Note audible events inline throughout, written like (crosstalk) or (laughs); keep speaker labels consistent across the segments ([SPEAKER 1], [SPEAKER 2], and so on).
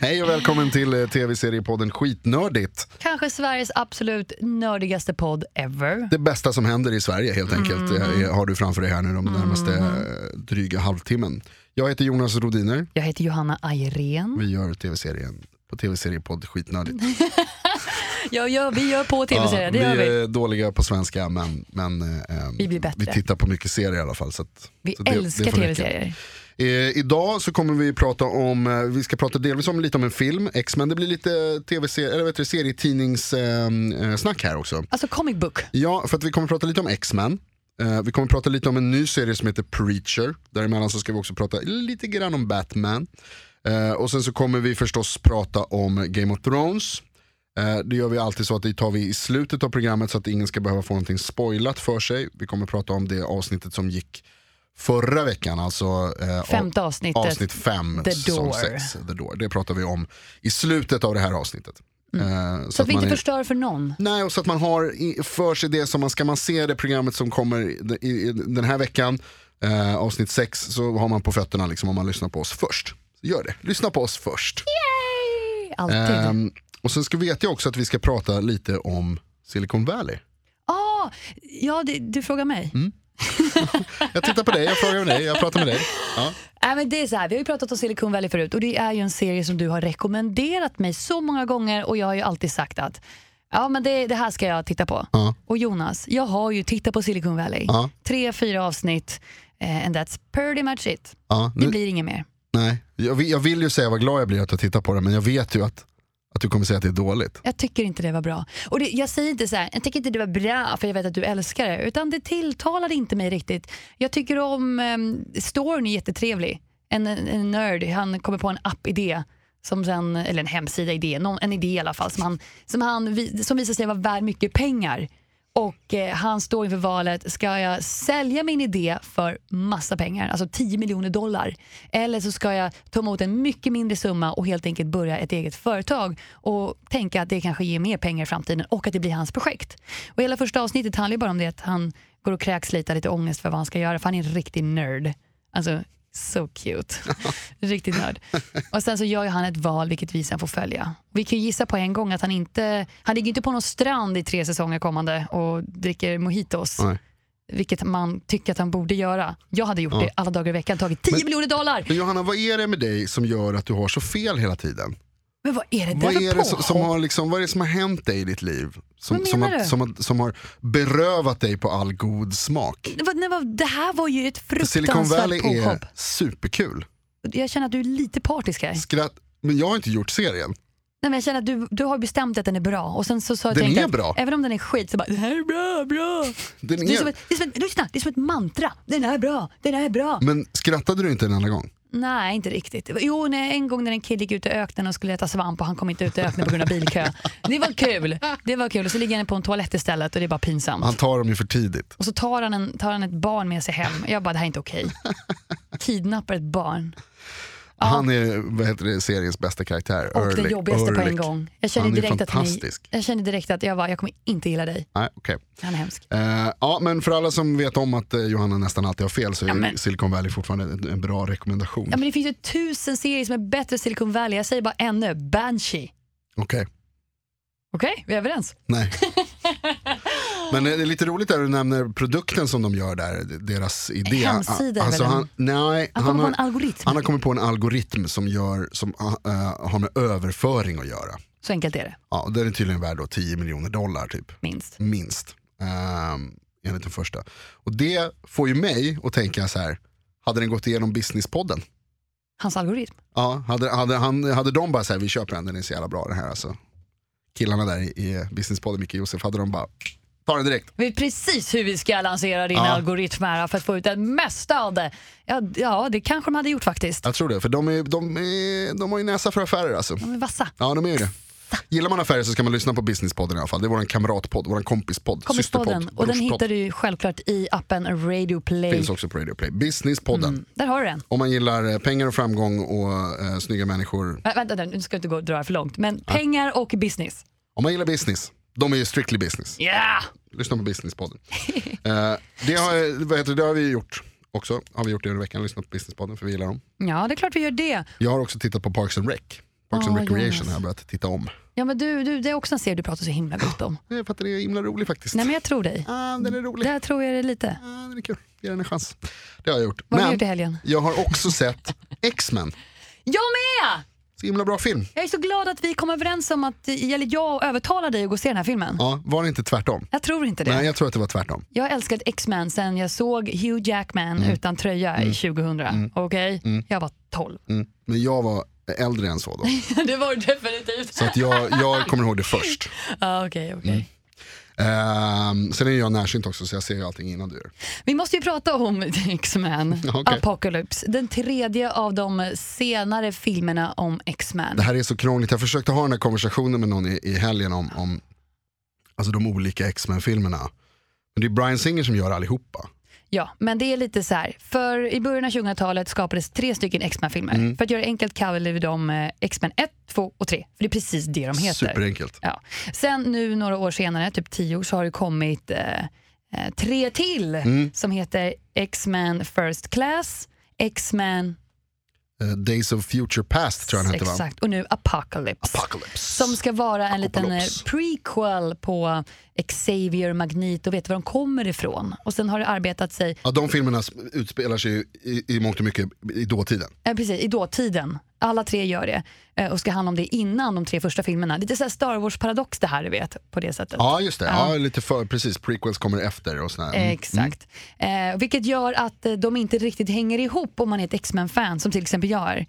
[SPEAKER 1] Hej och välkommen till eh, tv-seriepodden Skitnördigt.
[SPEAKER 2] Kanske Sveriges absolut nördigaste podd ever. Mm.
[SPEAKER 1] Det bästa som händer i Sverige helt enkelt eh, har du framför dig här nu de närmaste eh, dryga halvtimmen. Jag heter Jonas Rodiner.
[SPEAKER 2] Jag heter Johanna Ayrén.
[SPEAKER 1] Vi gör tv-serien på tv-seriepodd Skitnördigt.
[SPEAKER 2] Ja, ja, vi gör på tv-serier, det gör vi.
[SPEAKER 1] är dåliga på svenska men, men eh,
[SPEAKER 2] Vi blir bättre.
[SPEAKER 1] vi tittar på mycket serier i alla fall. Så att,
[SPEAKER 2] Vi
[SPEAKER 1] så det- det
[SPEAKER 2] älskar
[SPEAKER 1] får räcka.
[SPEAKER 2] tv-serier.
[SPEAKER 1] Eh, idag så kommer vi prata om, eh, vi ska prata delvis om lite om en film, X-Men, det blir lite tv-serie, eller vet du, serietidningssnack eh, snack här också.
[SPEAKER 2] Alltså comic book.
[SPEAKER 1] Ja, för att vi kommer prata lite om X-Men. Eh, vi kommer prata lite om en ny serie som heter Preacher. Däremellan så ska vi också prata lite grann om Batman. Eh, och sen så kommer vi förstås prata om Game of Thrones. Eh, det gör vi alltid så att det tar vi i slutet av programmet så att ingen ska behöva få någonting spoilat för sig. Vi kommer prata om det avsnittet som gick förra veckan, alltså eh,
[SPEAKER 2] Femte avsnittet.
[SPEAKER 1] avsnitt 5,
[SPEAKER 2] The
[SPEAKER 1] säsong
[SPEAKER 2] Door.
[SPEAKER 1] 6. The Door. Det pratar vi om i slutet av det här avsnittet. Eh,
[SPEAKER 2] Mm. Så att vi
[SPEAKER 1] man
[SPEAKER 2] inte
[SPEAKER 1] är-
[SPEAKER 2] förstör för någon.
[SPEAKER 1] Nej, och så att man har i- för sig det som man ska man se det programmet som kommer i- i- den här veckan, eh, avsnitt 6, så har man på fötterna liksom om man lyssnar på oss först. Så gör det, lyssna på oss först.
[SPEAKER 2] Alltid.
[SPEAKER 1] Ehm, och sen ska vet jag också att vi ska prata lite om Silicon Valley.
[SPEAKER 2] ah, ja, det, du frågar mig.
[SPEAKER 1] Mm. Jag tittar på dig, jag frågar dig, jag pratar med dig. Ja.
[SPEAKER 2] Nej, men det är så här, vi har ju pratat om Silicon Valley förut och det är ju en serie som du har rekommenderat mig så många gånger och jag har ju alltid sagt att ja, men det, det här ska jag titta på.
[SPEAKER 1] Ja.
[SPEAKER 2] Och Jonas, jag har ju tittat på Silicon Valley.
[SPEAKER 1] Ja.
[SPEAKER 2] Tre, fyra avsnitt eh, and that's pretty much it.
[SPEAKER 1] Ja,
[SPEAKER 2] Det
[SPEAKER 1] nu,
[SPEAKER 2] blir inget mer.
[SPEAKER 1] nej. Jag, vill, jag vill ju säga vad glad jag blir att jag tittar på det, men jag vet ju att, att du kommer säga att det är dåligt.
[SPEAKER 2] Jag tycker inte det var bra. Och det, jag säger inte så här, jag tycker inte det var bra för jag vet att du älskar det. Utan det tilltalade inte mig riktigt. Jag tycker om, um, storyn är jättetrevlig. En, en nörd, han kommer på en app-idé. Som sen, eller en hemsida-idé, någon, en idé i alla fall. Som, han, som, han, vi- som visar sig vara värd mycket pengar. Och eh, han står inför valet, ska jag sälja min idé för massa pengar, alltså 10 miljoner dollar? Eller så ska jag ta emot en mycket mindre summa och helt enkelt börja ett eget företag och tänka att det kanske ger mer pengar i framtiden och att det blir hans projekt. Och hela första avsnittet handlar ju bara om det att han går och kräks lite, har lite ångest för vad han ska göra för han är en riktig nörd. Alltså, so
[SPEAKER 1] (laughs)
[SPEAKER 2] cute. Riktigt nörd. Och sen så gör ju han ett val vilket vi sen får följa. Vi kan ju gissa på en gång att han inte, han ligger inte på någon strand i tre säsonger kommande och dricker mojitos.
[SPEAKER 1] Nej.
[SPEAKER 2] Vilket man tycker att han borde göra. Jag hade gjort det alla dagar i veckan, tagit 10
[SPEAKER 1] Men-
[SPEAKER 2] miljoner dollar.
[SPEAKER 1] Men Johanna, vad är det med dig som gör att du har så fel hela tiden?
[SPEAKER 2] Men vad är det där
[SPEAKER 1] Vad
[SPEAKER 2] för
[SPEAKER 1] är, det som, som
[SPEAKER 2] påhopp?
[SPEAKER 1] har liksom, vad är det som har hänt dig i ditt liv? Som,
[SPEAKER 2] Vad
[SPEAKER 1] som,
[SPEAKER 2] menar
[SPEAKER 1] har,
[SPEAKER 2] du?
[SPEAKER 1] som, har, som har berövat dig på all god smak?
[SPEAKER 2] Det var- nej, vad- Det här var ju ett
[SPEAKER 1] För Silicon Valley
[SPEAKER 2] fruktansvärt påhopp.
[SPEAKER 1] är superkul.
[SPEAKER 2] Jag känner att du är lite partisk här. Nej,
[SPEAKER 1] Skratt, men jag har inte gjort serien.
[SPEAKER 2] men jag känner att du, du har bestämt att den är bra. Och sen så, så
[SPEAKER 1] Den
[SPEAKER 2] tänkte
[SPEAKER 1] är
[SPEAKER 2] jag,
[SPEAKER 1] bra.
[SPEAKER 2] Även om den är skit så bara, det här är bra, bra.
[SPEAKER 1] Den
[SPEAKER 2] Det är, som
[SPEAKER 1] är,
[SPEAKER 2] ett, det, är som ett, lyssna, det är som ett mantra. Den är bra, den är bra.
[SPEAKER 1] men skrattade du inte en enda gång?
[SPEAKER 2] Nej, inte riktigt. Jo, nej, en gång när en kille gick ut i öknen och skulle äta svamp och han kom inte ut i öknen på grund av bilkö. Det var kul. Det var kul. Och så ligger han på en toalett istället och det är bara pinsamt.
[SPEAKER 1] Han tar dem ju för tidigt.
[SPEAKER 2] Och så tar han, en, tar han ett barn med sig hem. Jag bara, det här är inte okej. Kidnappar ett barn.
[SPEAKER 1] Han är vad heter det, seriens bästa karaktär.
[SPEAKER 2] Och det
[SPEAKER 1] Ehrlich-
[SPEAKER 2] jobbigaste på en
[SPEAKER 1] Ehrlich.
[SPEAKER 2] gång. Jag kände,
[SPEAKER 1] Han är
[SPEAKER 2] direkt att ni,
[SPEAKER 1] fantastisk.
[SPEAKER 2] jag kände direkt att jag, bara, jag kommer inte gilla dig.
[SPEAKER 1] Nej, okej.
[SPEAKER 2] Han är hemsk.
[SPEAKER 1] Eh, ja, men för alla som vet om att eh, Johanna nästan alltid har fel så är
[SPEAKER 2] Ja, men-
[SPEAKER 1] Silicon Valley fortfarande en, en bra rekommendation.
[SPEAKER 2] Ja, men det finns ju tusen serier som är bättre än Silicon Valley. Jag säger bara ännu, Banshee.
[SPEAKER 1] Okej.
[SPEAKER 2] Okej, vi är överens.
[SPEAKER 1] Nej. (laughs) Men det är lite roligt där du nämner produkten som de gör där, deras idé.
[SPEAKER 2] Hemsida är
[SPEAKER 1] alltså
[SPEAKER 2] väl
[SPEAKER 1] han, nej,
[SPEAKER 2] Han
[SPEAKER 1] han,
[SPEAKER 2] kommer på
[SPEAKER 1] har,
[SPEAKER 2] en algoritm.
[SPEAKER 1] han har kommit på en algoritm som, gör, som eh, har med överföring att göra.
[SPEAKER 2] Så enkelt är det,
[SPEAKER 1] Ja, och den är tydligen värd då 10 miljoner dollar typ,
[SPEAKER 2] minst.
[SPEAKER 1] minst. Um, enligt den första. Och det får ju mig att tänka så här, hade den gått igenom businesspodden?
[SPEAKER 2] Hans algoritm.
[SPEAKER 1] Ja, hade, hade, han, hade de bara så här, vi köper den, den är så jävla bra den här alltså. Killarna där i, i businesspodden, Micke och Josef, hade de bara, ta den direkt.
[SPEAKER 2] Vet precis hur vi ska lansera din
[SPEAKER 1] Ja.
[SPEAKER 2] algoritm här för att få ut det mesta av det. Ja, ja, det kanske de hade gjort faktiskt.
[SPEAKER 1] Jag tror det, för de, är, de, är, de har ju näsa för affärer alltså.
[SPEAKER 2] De är vassa.
[SPEAKER 1] Ja, de är ju det. Gillar man affärer så ska man lyssna på Businesspodden i alla fall. Det är vår kamratpodd, vår kompispodd,
[SPEAKER 2] Kompispodden.
[SPEAKER 1] systerpodd,
[SPEAKER 2] Och den
[SPEAKER 1] brorspodd.
[SPEAKER 2] hittar du ju självklart i appen Radio Play.
[SPEAKER 1] Finns också på Radio Play. Businesspodden.
[SPEAKER 2] Där har du den.
[SPEAKER 1] Om man gillar eh, pengar och framgång och eh, snygga människor.
[SPEAKER 2] Äh, vänta, nu ska jag inte gå och dra det för långt. Men pengar och business.
[SPEAKER 1] Om man gillar business, de är ju strictly business.
[SPEAKER 2] Ja!
[SPEAKER 1] Lyssna
[SPEAKER 2] (laughs)
[SPEAKER 1] på Businesspodden. eh, det, har, vad heter det, det har vi gjort också. Har vi gjort det under veckan, lyssnat på Businesspodden för vi gillar dem.
[SPEAKER 2] Ja, det är klart vi gör det.
[SPEAKER 1] Jag har också tittat på Parks and Rec. Parks
[SPEAKER 2] Ja,
[SPEAKER 1] and Recreation
[SPEAKER 2] Jonas.
[SPEAKER 1] har jag börjat titta om.
[SPEAKER 2] Ja, men du, du, det är också en serie du pratar så himla gott om.
[SPEAKER 1] Nej, för att den är himla rolig faktiskt.
[SPEAKER 2] Nej, men jag tror dig.
[SPEAKER 1] Ah, den är rolig.
[SPEAKER 2] Där tror jag det lite.
[SPEAKER 1] Ah, den är kul. Ge den en chans. Det har jag gjort.
[SPEAKER 2] Vad har du
[SPEAKER 1] men
[SPEAKER 2] gjort i helgen?
[SPEAKER 1] jag har också sett X-Men.
[SPEAKER 2] Jag med!
[SPEAKER 1] Så himla bra film.
[SPEAKER 2] Jag är så glad att vi kom överens om att eller jag övertalar dig att gå och se den här filmen.
[SPEAKER 1] Ja, var det inte tvärtom?
[SPEAKER 2] Jag tror inte det.
[SPEAKER 1] Nej, jag tror att det var tvärtom.
[SPEAKER 2] Jag har älskat X-Men sen jag såg Hugh Jackman
[SPEAKER 1] Mm.
[SPEAKER 2] utan tröja i 2000. Okej? Jag var 12.
[SPEAKER 1] Mm. Men jag var äldre än så då.
[SPEAKER 2] (laughs) det var du definitivt.
[SPEAKER 1] Så Mm. att jag, jag kommer ihåg det först.
[SPEAKER 2] Ja, okej, okej.
[SPEAKER 1] Ehm, sen är jag närsynt också så jag ser ju allting innan du gör.
[SPEAKER 2] Vi måste ju prata om (laughs) X-Men
[SPEAKER 1] Okej.
[SPEAKER 2] Apocalypse. Den tredje av de senare filmerna om X-Men.
[SPEAKER 1] Det här är så krångligt. Jag försökte ha den här konversationen med någon i, i helgen om, om alltså de olika X-Men-filmerna. Men det är Bryan Singer som gör allihopa.
[SPEAKER 2] Ja, men det är lite så här. För I början av 2000-talet skapades tre stycken X-Men-filmer.
[SPEAKER 1] Mm.
[SPEAKER 2] För att göra det enkelt kallade vi dem eh, X-Men 1, 2 och 3. För det är precis det de heter.
[SPEAKER 1] Superenkelt.
[SPEAKER 2] Ja. Sen nu några år senare, typ tio år, så har det kommit eh, eh, tre till
[SPEAKER 1] Mm.
[SPEAKER 2] som heter X-Men First Class, X-Men,
[SPEAKER 1] Eh, Days of Future Past tror jag den hette va?
[SPEAKER 2] exakt, och nu Apocalypse.
[SPEAKER 1] Apocalypse.
[SPEAKER 2] som ska vara en liten eh,
[SPEAKER 1] Apocalypse.
[SPEAKER 2] prequel på Xavier, Magneto, vet var de kommer ifrån. Och sen har det arbetat sig
[SPEAKER 1] Ja, de filmerna sp- utspelar sig ju i, i mångt och mycket i dåtiden.
[SPEAKER 2] Eh, precis, i dåtiden. Alla tre gör det eh, och ska handla om det innan de tre första filmerna. Lite så här Star Wars-paradox det här, du vet, på det sättet.
[SPEAKER 1] Ja just det, ja.
[SPEAKER 2] Ja.
[SPEAKER 1] lite för, precis. Prequels kommer efter och sådär.
[SPEAKER 2] Eh,
[SPEAKER 1] Mm.
[SPEAKER 2] Exakt. Eh, vilket gör att eh, de inte riktigt hänger ihop om man är ett X-Men-fan, som till exempel jag är.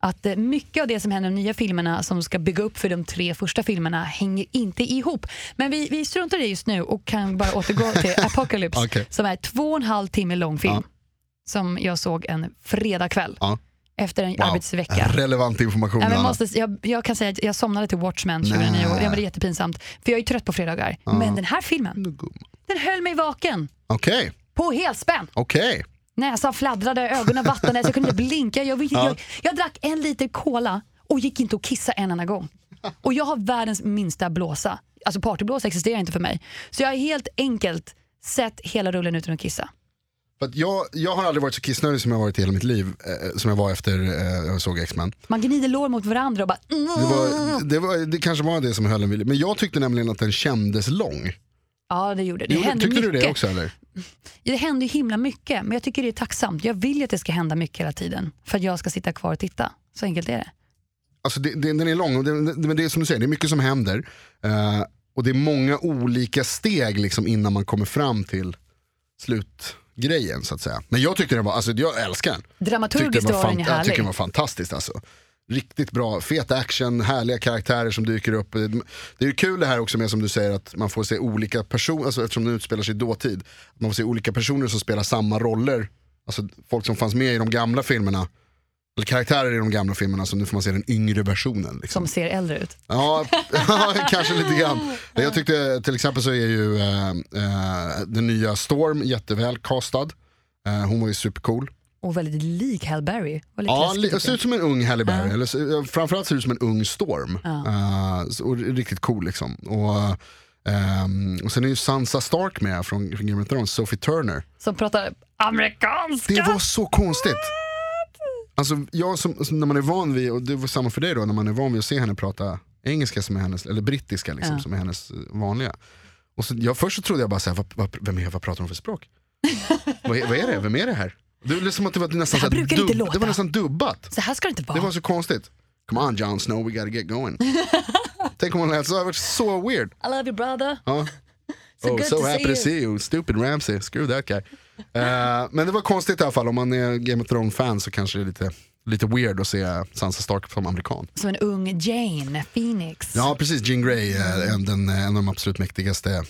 [SPEAKER 2] Att eh, mycket av det som händer i de nya filmerna som ska bygga upp för de tre första filmerna hänger inte ihop. Men vi, vi struntar i det just nu och kan bara återgå
[SPEAKER 1] (laughs)
[SPEAKER 2] till Apocalypse
[SPEAKER 1] Okej.
[SPEAKER 2] som är två och en halv timme lång film
[SPEAKER 1] Ja.
[SPEAKER 2] som jag såg en fredagkväll
[SPEAKER 1] Ja.
[SPEAKER 2] efter en
[SPEAKER 1] Wow.
[SPEAKER 2] arbetsvecka.
[SPEAKER 1] Relevant information.
[SPEAKER 2] Ja, men jag
[SPEAKER 1] Anna.
[SPEAKER 2] måste, jag, jag kan säga att jag somnade till Watchmen 2009 och det var jättepinsamt. För jag är trött på fredagar. Men den här filmen, den höll mig vaken.
[SPEAKER 1] Okej,
[SPEAKER 2] På helspänn.
[SPEAKER 1] okej.
[SPEAKER 2] Näsan fladdrade, ögonen vattnades, jag kunde inte blinka. Jag, jag, jag, jag drack en liter cola och gick inte och kissa en enda gång. Och jag har världens minsta blåsa. Alltså partyblåsa existerar inte för mig. Så jag har helt enkelt sett hela rullen utan att kissa.
[SPEAKER 1] För att jag, jag har aldrig varit så kissnödig som jag varit i hela mitt liv, eh, som jag var efter eh, jag såg X-Men.
[SPEAKER 2] Man gnider lår mot varandra och bara...
[SPEAKER 1] Det,
[SPEAKER 2] Ah.
[SPEAKER 1] var, det, var, det kanske var det som höll en vid liv. Men jag tyckte nämligen att den kändes lång.
[SPEAKER 2] Ja, det gjorde det. Det
[SPEAKER 1] Gjorde-
[SPEAKER 2] hände
[SPEAKER 1] tyckte
[SPEAKER 2] mycket.
[SPEAKER 1] du det också eller?
[SPEAKER 2] Det händer ju himla mycket, men jag tycker det är tacksamt. Jag vill ju att det ska hända mycket hela tiden för att jag ska sitta kvar och titta. Så enkelt är det.
[SPEAKER 1] Alltså det, det, den är lång, och det, det, men det är som du säger, det är mycket som händer. Eh, och det är många olika steg liksom innan man kommer fram till slutgrejen så att säga. Men jag tyckte den var, alltså jag älskar den.
[SPEAKER 2] Dramaturgiskt
[SPEAKER 1] den
[SPEAKER 2] var den
[SPEAKER 1] fan-
[SPEAKER 2] ju
[SPEAKER 1] jag tyckte
[SPEAKER 2] härlig.
[SPEAKER 1] den var fantastisk alltså. Riktigt bra, fet action, härliga karaktärer som dyker upp. Det är ju kul det här också med som du säger att man får se olika personer, alltså eftersom den utspelar sig i dåtid. att Man får se olika personer som spelar samma roller. Alltså folk som fanns med i de gamla filmerna. Eller karaktärer i de gamla filmerna, så nu får man se den yngre versionen. Liksom.
[SPEAKER 2] Som ser äldre ut.
[SPEAKER 1] Ja, (laughs) kanske lite grann. Jag tyckte till exempel så är ju eh, eh, den nya Storm jätteväl castad. Eh, hon var ju supercool.
[SPEAKER 2] Och väldigt lik Halle Berry. Var lite
[SPEAKER 1] Ja,
[SPEAKER 2] läskigt,
[SPEAKER 1] li-
[SPEAKER 2] tycker
[SPEAKER 1] ser
[SPEAKER 2] jag.
[SPEAKER 1] ut som en ung Halle Berry, eller så- eh, framförallt ser ut som en ung Storm. Eh, så- och riktigt cool liksom. Och, ehm, och sen är ju Sansa Stark med från, från Game of Thrones, Sophie Turner.
[SPEAKER 2] Som pratar amerikanska.
[SPEAKER 1] Det var så konstigt. Alltså jag som, som när man är van vid, och det var samma för dig då, när man är van vid att se henne prata engelska som är hennes, eller brittiska liksom, som är hennes eh, vanliga. Och så, jag, först så trodde jag bara såhär, vad, vad, vem är, vad pratar hon
[SPEAKER 2] (laughs)
[SPEAKER 1] för språk? vad, är- vad är det, vem är det här? Det var som att det var nästan,
[SPEAKER 2] här
[SPEAKER 1] så här
[SPEAKER 2] brukar inte
[SPEAKER 1] dubb, det var
[SPEAKER 2] låta.
[SPEAKER 1] nästan dubbat.
[SPEAKER 2] Så här ska det inte vara.
[SPEAKER 1] Det var så konstigt. Come on Jon Snow, we gotta get
[SPEAKER 2] (laughs)
[SPEAKER 1] going. Tänk om hon lät så, det hade varit så weird.
[SPEAKER 2] I love you brother.
[SPEAKER 1] Ja.
[SPEAKER 2] So
[SPEAKER 1] oh,
[SPEAKER 2] good
[SPEAKER 1] so
[SPEAKER 2] to
[SPEAKER 1] happy
[SPEAKER 2] see
[SPEAKER 1] to
[SPEAKER 2] you.
[SPEAKER 1] see you, stupid Ramsey, screw that guy. Eh, men det var konstigt i alla fall, om man är Game of Thrones-fan så kanske det är lite, lite weird att se Sansa Stark som amerikan.
[SPEAKER 2] Som en ung Jane Phoenix.
[SPEAKER 1] Ja precis, Jean Grey är en, den, eh, en av de absolut mäktigaste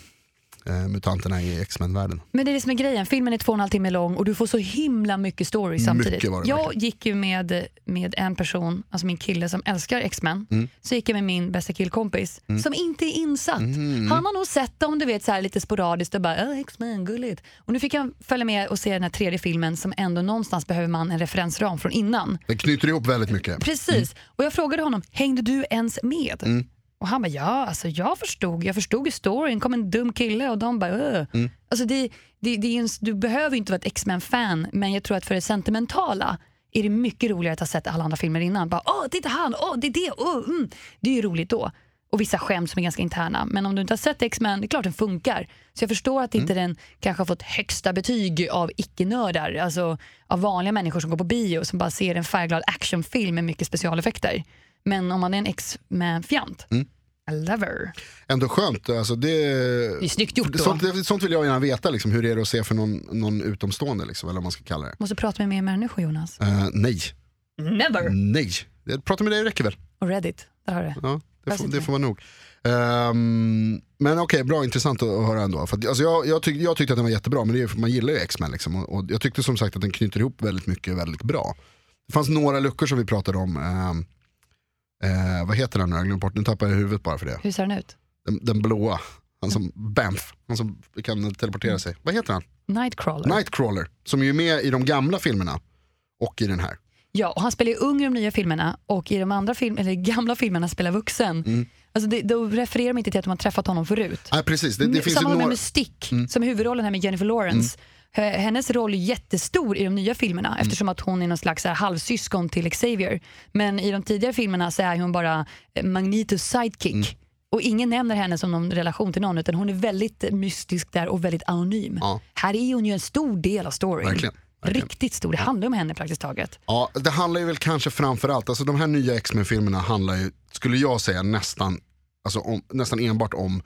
[SPEAKER 1] eh, mutanterna i X-Men-världen.
[SPEAKER 2] Men det är det som är grejen, filmen är två och en halv timme lång och du får så himla mycket story samtidigt.
[SPEAKER 1] Mycket var det
[SPEAKER 2] jag
[SPEAKER 1] verkligen.
[SPEAKER 2] gick ju med, med en person, alltså min kille som älskar X-Men,
[SPEAKER 1] Mm.
[SPEAKER 2] så gick jag med min bästa killkompis som inte är insatt.
[SPEAKER 1] Mm.
[SPEAKER 2] Han har nog sett dem du vet, så här lite sporadiskt och bara "Åh, X-Men, gulligt. Och nu fick jag följa med och se den här tredje filmen som ändå någonstans behöver man en referensram från innan.
[SPEAKER 1] Den knyter ihop väldigt mycket.
[SPEAKER 2] Precis, och jag frågade honom, hängde du ens med? Och han bara, ja alltså jag förstod, jag förstod ju storyn, kom en dum kille och de bara öh. Alltså det, det, det är en, du behöver ju inte vara ett X-Men-fan, men jag tror att för det sentimentala är det mycket roligare att ha sett alla andra filmer innan. Bara, åh, titta han, åh, det är det, åh, mm. Det är ju roligt då. Och vissa skämt som är ganska interna. Men om du inte har sett X-Men, det är klart den funkar. Så jag förstår att inte den kanske har fått högsta betyg av icke-nördar. Alltså av vanliga människor som går på bio och som bara ser en färgglad actionfilm med mycket specialeffekter. Men om man är en X-Men-fjant, I love her.
[SPEAKER 1] Ändå skönt, alltså det,
[SPEAKER 2] Det är snyggt gjort då.
[SPEAKER 1] sånt, det- sånt vill jag gärna veta, liksom, hur är det att se för någon, någon utomstående, liksom, eller vad man ska kalla det.
[SPEAKER 2] Måste prata med mer människor Jonas.
[SPEAKER 1] Eh, nej,
[SPEAKER 2] Never!
[SPEAKER 1] nej. Jag pratar med dig räcker väl?
[SPEAKER 2] Och Reddit, där har du det.
[SPEAKER 1] Ja, det,
[SPEAKER 2] Jag
[SPEAKER 1] får,
[SPEAKER 2] sitter
[SPEAKER 1] det får vara nog. Ehm, men okej, bra, intressant att, att höra ändå. För att, alltså, jag, jag, tyck, jag tyckte att den var jättebra, men det är, ju för man gillar ju X-Men. Liksom, och, och jag tyckte som sagt att den knyter ihop väldigt mycket väldigt bra. Det fanns några luckor som vi pratade om. ehm, eh, vad heter den nu? Jag glömde bort, nu tappar jag huvudet bara för det.
[SPEAKER 2] Hur ser den ut?
[SPEAKER 1] Den, den blåa. Han som Banff, han som kan teleportera sig. Vad heter han?
[SPEAKER 2] Nightcrawler.
[SPEAKER 1] Nightcrawler, som ju är med i de gamla filmerna och i den här.
[SPEAKER 2] Ja, och han spelar ju ung i de nya filmerna och i de andra film, eller gamla filmerna spelar vuxen. Alltså det, då refererar man inte till att de har träffat honom förut.
[SPEAKER 1] Nej precis, det, det finns ju
[SPEAKER 2] Mm, Samma
[SPEAKER 1] några... Mm.
[SPEAKER 2] med Mystique, som är huvudrollen här med Jennifer Lawrence. H- Hennes roll är jättestor i de nya filmerna
[SPEAKER 1] Mm.
[SPEAKER 2] eftersom att hon är någon slags så här, halvsyskon till Xavier. Men i de tidigare filmerna så är hon bara eh, Magnetos sidekick.
[SPEAKER 1] Mm.
[SPEAKER 2] Och ingen nämner henne som någon relation till någon utan hon är väldigt eh, mystisk där och väldigt anonym.
[SPEAKER 1] Ja.
[SPEAKER 2] Här är hon ju en stor del av storyn.
[SPEAKER 1] Verkligen, verkligen.
[SPEAKER 2] Riktigt stor, det handlar om henne praktiskt taget.
[SPEAKER 1] Ja, det handlar ju väl kanske framförallt, alltså de här nya X-Men-filmerna handlar ju, skulle jag säga, nästan, alltså om, nästan enbart om